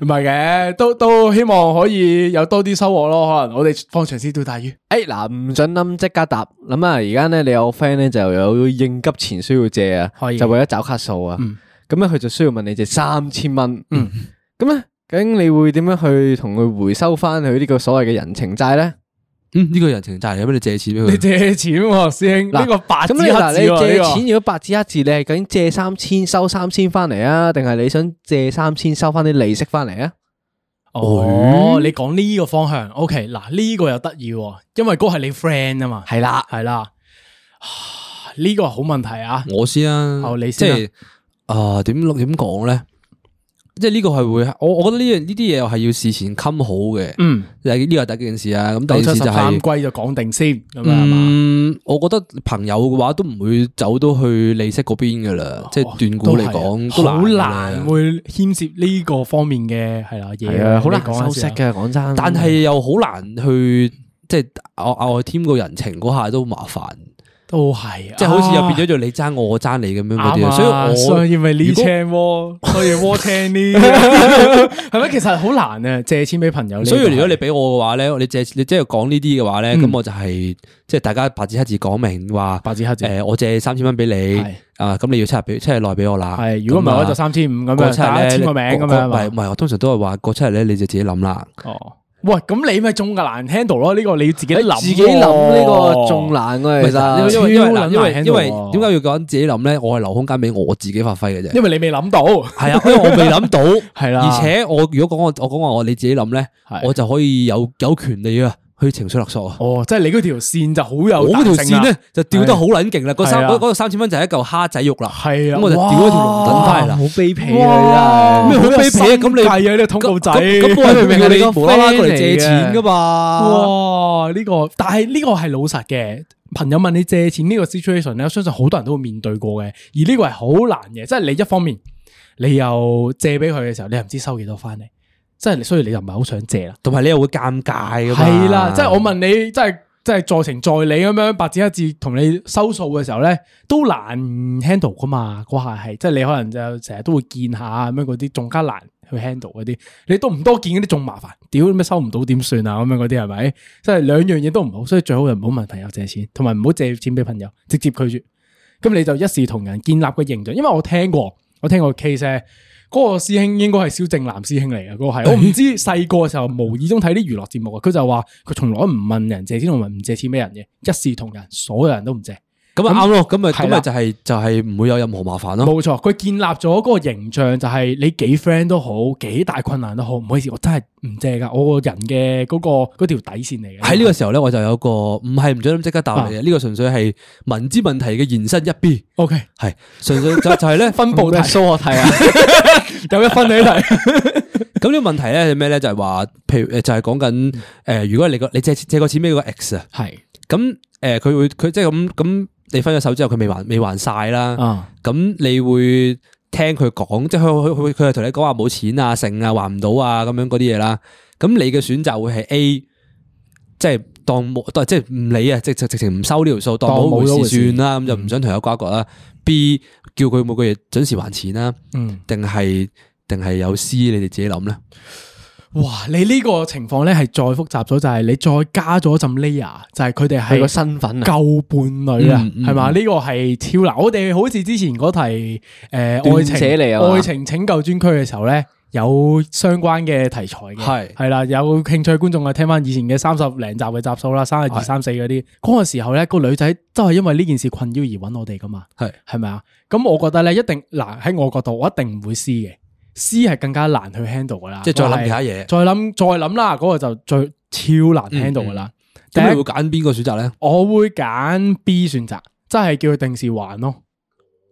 唔係嘅，都都希望可以有多啲收穫咯。可能我哋放長線釣大魚，誒哎嗱唔准諗即刻答，諗啊而家咧你有 friend 咧就有應急錢需要借啊可，以就為咗找卡數啊，咁咧佢就需要問你借三千蚊，咁咧究竟你會點樣去同佢回收翻佢呢個所謂嘅人情債咧？嗯，呢個人情債有俾你借錢俾你佢？借錢喎，師兄嗱呢個白咁紙你嗱黑字你借喎，錢啊呢如果白紙黑字，你係究竟借三千收三千翻嚟啊，定係你想借三千收翻啲利息翻嚟啊？個哦，你講呢個方向，OK，嗱呢個又得意喎，因為嗰係你 friend 啊嘛，係啦係啦，啊呢個好問題啊，我先啊，好你即先啊係啊點錄點講咧？即係呢個係會，我我覺得呢樣呢啲嘢係要事前襟好嘅。嗯，呢個係第一件事啊。咁第九二七件十事就三係。歸就講定先咁樣啊係嘛，嗯，我覺得朋友嘅話都唔會走到去利息嗰邊噶啦，即係斷估嚟講都係啊好都難難嘅。會牽涉呢個方面嘅係啦嘢，係啊，好難你講下收息先啊。嘅，講真。但係又好難去即係我我添個人情嗰下都麻煩，都係，啊即係好似又變咗咗做你爭我，我爭你咁樣嗰啱啲啊。啊！所所以以我咪呢如果青喎，所以窩 青呢，係咪？其實好難啊，借錢俾朋友呢個所係。以如果你俾我嘅話咧，你借你即係講呢啲嘅話咧，咁我就係即係大家白紙黑字講明話，白紙黑字誒，我借三千蚊俾你係，啊，咁你要七日俾七日內俾我啦。係如果唔係咁啊我就三千五咁過樣，七大家日咧，簽個名咁過過樣唔係係唔嘛。係，我通常都係話過七日咧你就自己諗啦。哦，喂，咁你咪中噶難 handle 咯？呢個你要自己諗喎，哦自己諗呢哎個仲難唔嘅，其係因實為因為因為超撚因為難因為 handle 喎點解要講自己諗咧？我係留空間俾我自己發揮嘅啫。因為你未諗到，係啊，因為我未諗到， 係啦而且我如果講我我講話我你自己諗咧，係我就可以有有權利啊去情緒勒索啊。哦，即係你嗰條線就好有我嗰條彈性啊線啦咧就掉得好撚勁啦，嗰三係啊嗰嗰個三千蚊就係一嚿蝦仔肉啦。係啊咁我就掉咗條龍躉翻嚟啦。好卑鄙哇啊！咩真係好卑鄙啊？咁你哦好有心計啊呢個通告仔咁咁咁我明明你你個無啦啦 friend 過嚟借嚟嘅錢噶嘛？哇！呢個，但係呢個係老實嘅。朋友問你借錢呢個 situation 咧，我相信好多人都會面對過嘅。而呢個係好難嘅，即係你一方面你又借俾佢嘅時候，你又唔知收幾多翻嚟，即係所以你又唔係好想借啦。同埋你又會尷尬噶嘛？係啦，即係我問你，即係即係在情在理咁樣白紙黑字同你收數嘅時候咧，都難 handle 噶嘛。嗰下係即係你可能就成日都會見下咁樣嗰啲，仲加難去 handle 嗰啲。你都唔多見嗰啲仲麻煩，屌咩收唔到點算啊？咁樣嗰啲係咪？即係兩樣嘢都唔好，所以最好就唔好問朋友借錢，同埋唔好借錢俾朋友，直接拒絕。咁你就一視同仁，建立個形象。因為我聽過，我聽過個 case 咧，嗰個師兄應該係蕭正南師兄嚟嘅，嗰、 個係我唔知細個嘅時候無意中睇啲娛樂節目啊，佢就話佢從來唔問人借錢同埋唔借錢俾人嘅，一視同仁，所有人都唔借。咁啊啱咯，咁咪咁係咪啦就係就係唔會有任何麻煩咯。冇錯，佢建立咗嗰個形象，就係你幾 friend 都好，幾大困難都好，唔好意思，我真係唔借噶，我個人嘅嗰、個嗰條底線嚟嘅。喺呢個時候咧，我就有個唔係唔准諗即刻答啊你嘅，呢個純粹係文字問題嘅延伸一 B， OK 係純粹就 就係咧分佈題數學題啊！有一分你嚟，咁呢個問題咧係咩咧？就係話，譬如誒呃就係講緊誒，如果你個你借借個錢俾個 X 啊， 係咁誒佢會佢即係咁咁，你分咗手之後佢未還未還晒啦，啊，咁你會聽佢講，即係佢佢佢佢係同你講話冇錢啊、剩啊、還唔到啊咁樣嗰啲嘢啦。咁你嘅選擇會係 A，即係當冇當即係唔理啊，即係直情唔收呢條數，當當冇冇咗回回事算事啦，咁就唔想同佢瓜葛啦。B 叫佢每個月準時還錢啦，嗯。定係定係有 C 你哋自己諗咧？哇！你呢個情況咧係再複雜咗，就係、你再加咗陣 layer，就係佢哋係個係身份啊，舊伴侶啊嗯嗯，係嘛、呢、個係超難。我哋好似之前嗰題誒、呃、愛斷捨離啊情嘛愛情拯救專區嘅時候咧，有相關嘅題材嘅，係係啦，有興趣嘅觀眾啊，聽翻以前嘅三十零集嘅集數啦，三十二、三四嗰啲，嗰個時候咧，個女仔都係因為呢件事困擾而揾我哋噶嘛，係係咪啊？咁我覺得咧，一定嗱喺我角度，我一定唔會撕嘅，撕係更加難去 handle 噶啦，即係再諗我係其他嘢再諗再諗啦，嗰個就最超難 handle 噶嗯啦。第咁你一會揀邊個選擇咧？我會揀 B 選擇，即係叫佢定時還咯，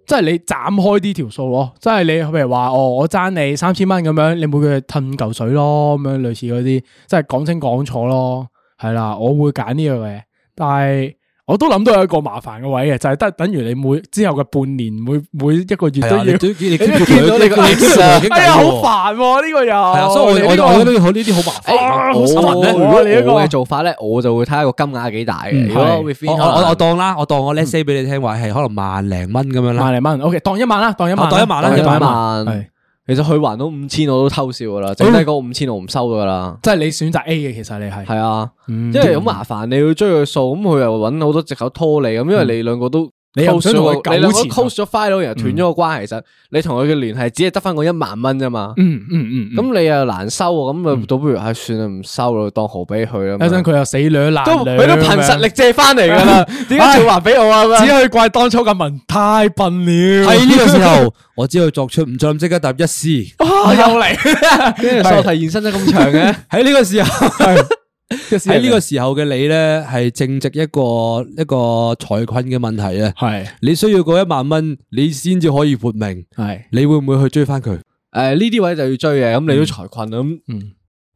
即係你斬開呢條數咯，即係你譬如話哦，我爭你三千蚊咁樣，你每個月褪嚿水咯，咁樣類似嗰啲，即係講清講楚咯，係啦，我會揀呢樣嘢，但係。我都諗到有一個麻煩嘅位嘅，就係、得等於你每之後嘅半年，每每一個月係都啊，要，你都你你 keep 都住見到佢，你你個 keep 住佢傾偈 哎呀，好喎。煩喎呢個又，係啊，所以我呢個我我覺得好呢啲好麻啊煩。好心我如痕咧我果哎我你呢個嘅做法咧，我就會睇下個金額幾大嘅。嗯如果係 within 我我我可能當啦，我當我 let's say 俾你聽話係可能萬零蚊咁樣啦。萬零蚊，OK，當一萬啦，當一萬啊啦，當一萬啦當當一萬係其實佢還到五千我都偷笑噶哦啦，剩低嗰五千我唔收噶啦。即係你選擇 A 嘅，其實你係係啊，因因為好麻煩，你要追佢數，咁佢又揾好多藉口拖你，咁因為你兩個都嗯你又唔想 close 同佢咗個你兩個糾纏啊 close 咗 file，然後斷咗個關係，其實你同佢嘅聯繫只係得翻嗰一萬蚊啫嘛。嗯嗯嗯，咁咁你又難收喎，咁咪倒不如唉算啦，唔收咯，當豪俾佢啦嘛。一陣佢又死女爛都佢都憑實力借翻嚟噶 啦，點解仲還俾我啊？咁樣只可以怪當初嘅文太笨了。喺呢個時候，我只要作出唔再諗即刻答一 C。啊又嚟，跟住手提現身得咁長 嘅，喺呢個 時候，喺喺呢個時候嘅你咧，係正值一個一個財困嘅問題啊！係你需要嗰一萬蚊，你先至可以活命。係你會唔會去追翻佢？诶呢啲位就要追嘅，咁你都財困啊，咁嗯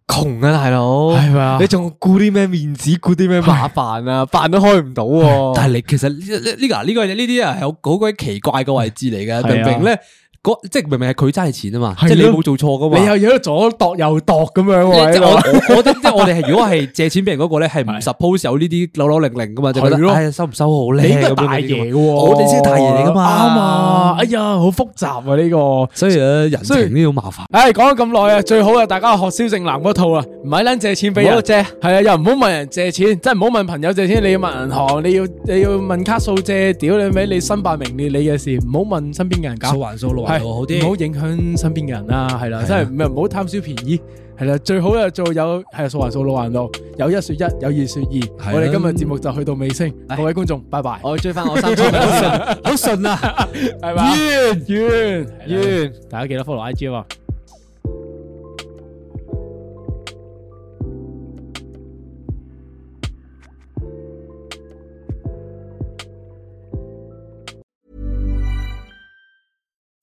窮啊大佬，係咪啊你仲顧啲咩面子，顧啲咩麻煩 啊，飯都開唔到哦喎。但係你其實呢呢呢個呢個呢啲啊係好好鬼奇怪嘅位置嚟係啊嘅，明明咧嗰即係明明係佢爭你錢啊嘛，係即係你咯冇做錯噶嘛。你又要左度右度咁樣喎，即喺係我度我我覺得即係我哋係如果係借錢俾人嗰個咧，係唔係 suppose 有呢啲扭扭零零噶嘛，就覺係得咯哎呀收唔收好你咧？應該咁樣大嗰啲爺㗎喎，嘛我哋先係大爺嚟噶嘛，啱啊！哎呀，好複雜啊呢個。所以咧人情所以呢啲好麻煩。唉，講咗咁耐啊，最好啊，大家學蕭正楠嗰套啊，唔係撚借錢俾唔好人，借係啊，又唔好問人借錢，真係唔好問朋友借錢，你要問銀行，你要你要問卡數借，屌你咪你身敗名裂你嘅事，唔好問身邊嘅人搞，數還數路還路好啲係唔好影響身邊嘅人啦，係啦，真係唔係唔好貪小便宜，係啦，最好啊做有係數還數路還路，有一説一，有二説係啊二，我哋今日節目就去到尾聲，各位觀眾，拜拜，我要追翻我 三千蚊。好順啊！拜拜，完完完，大家記得 follow IG 啊。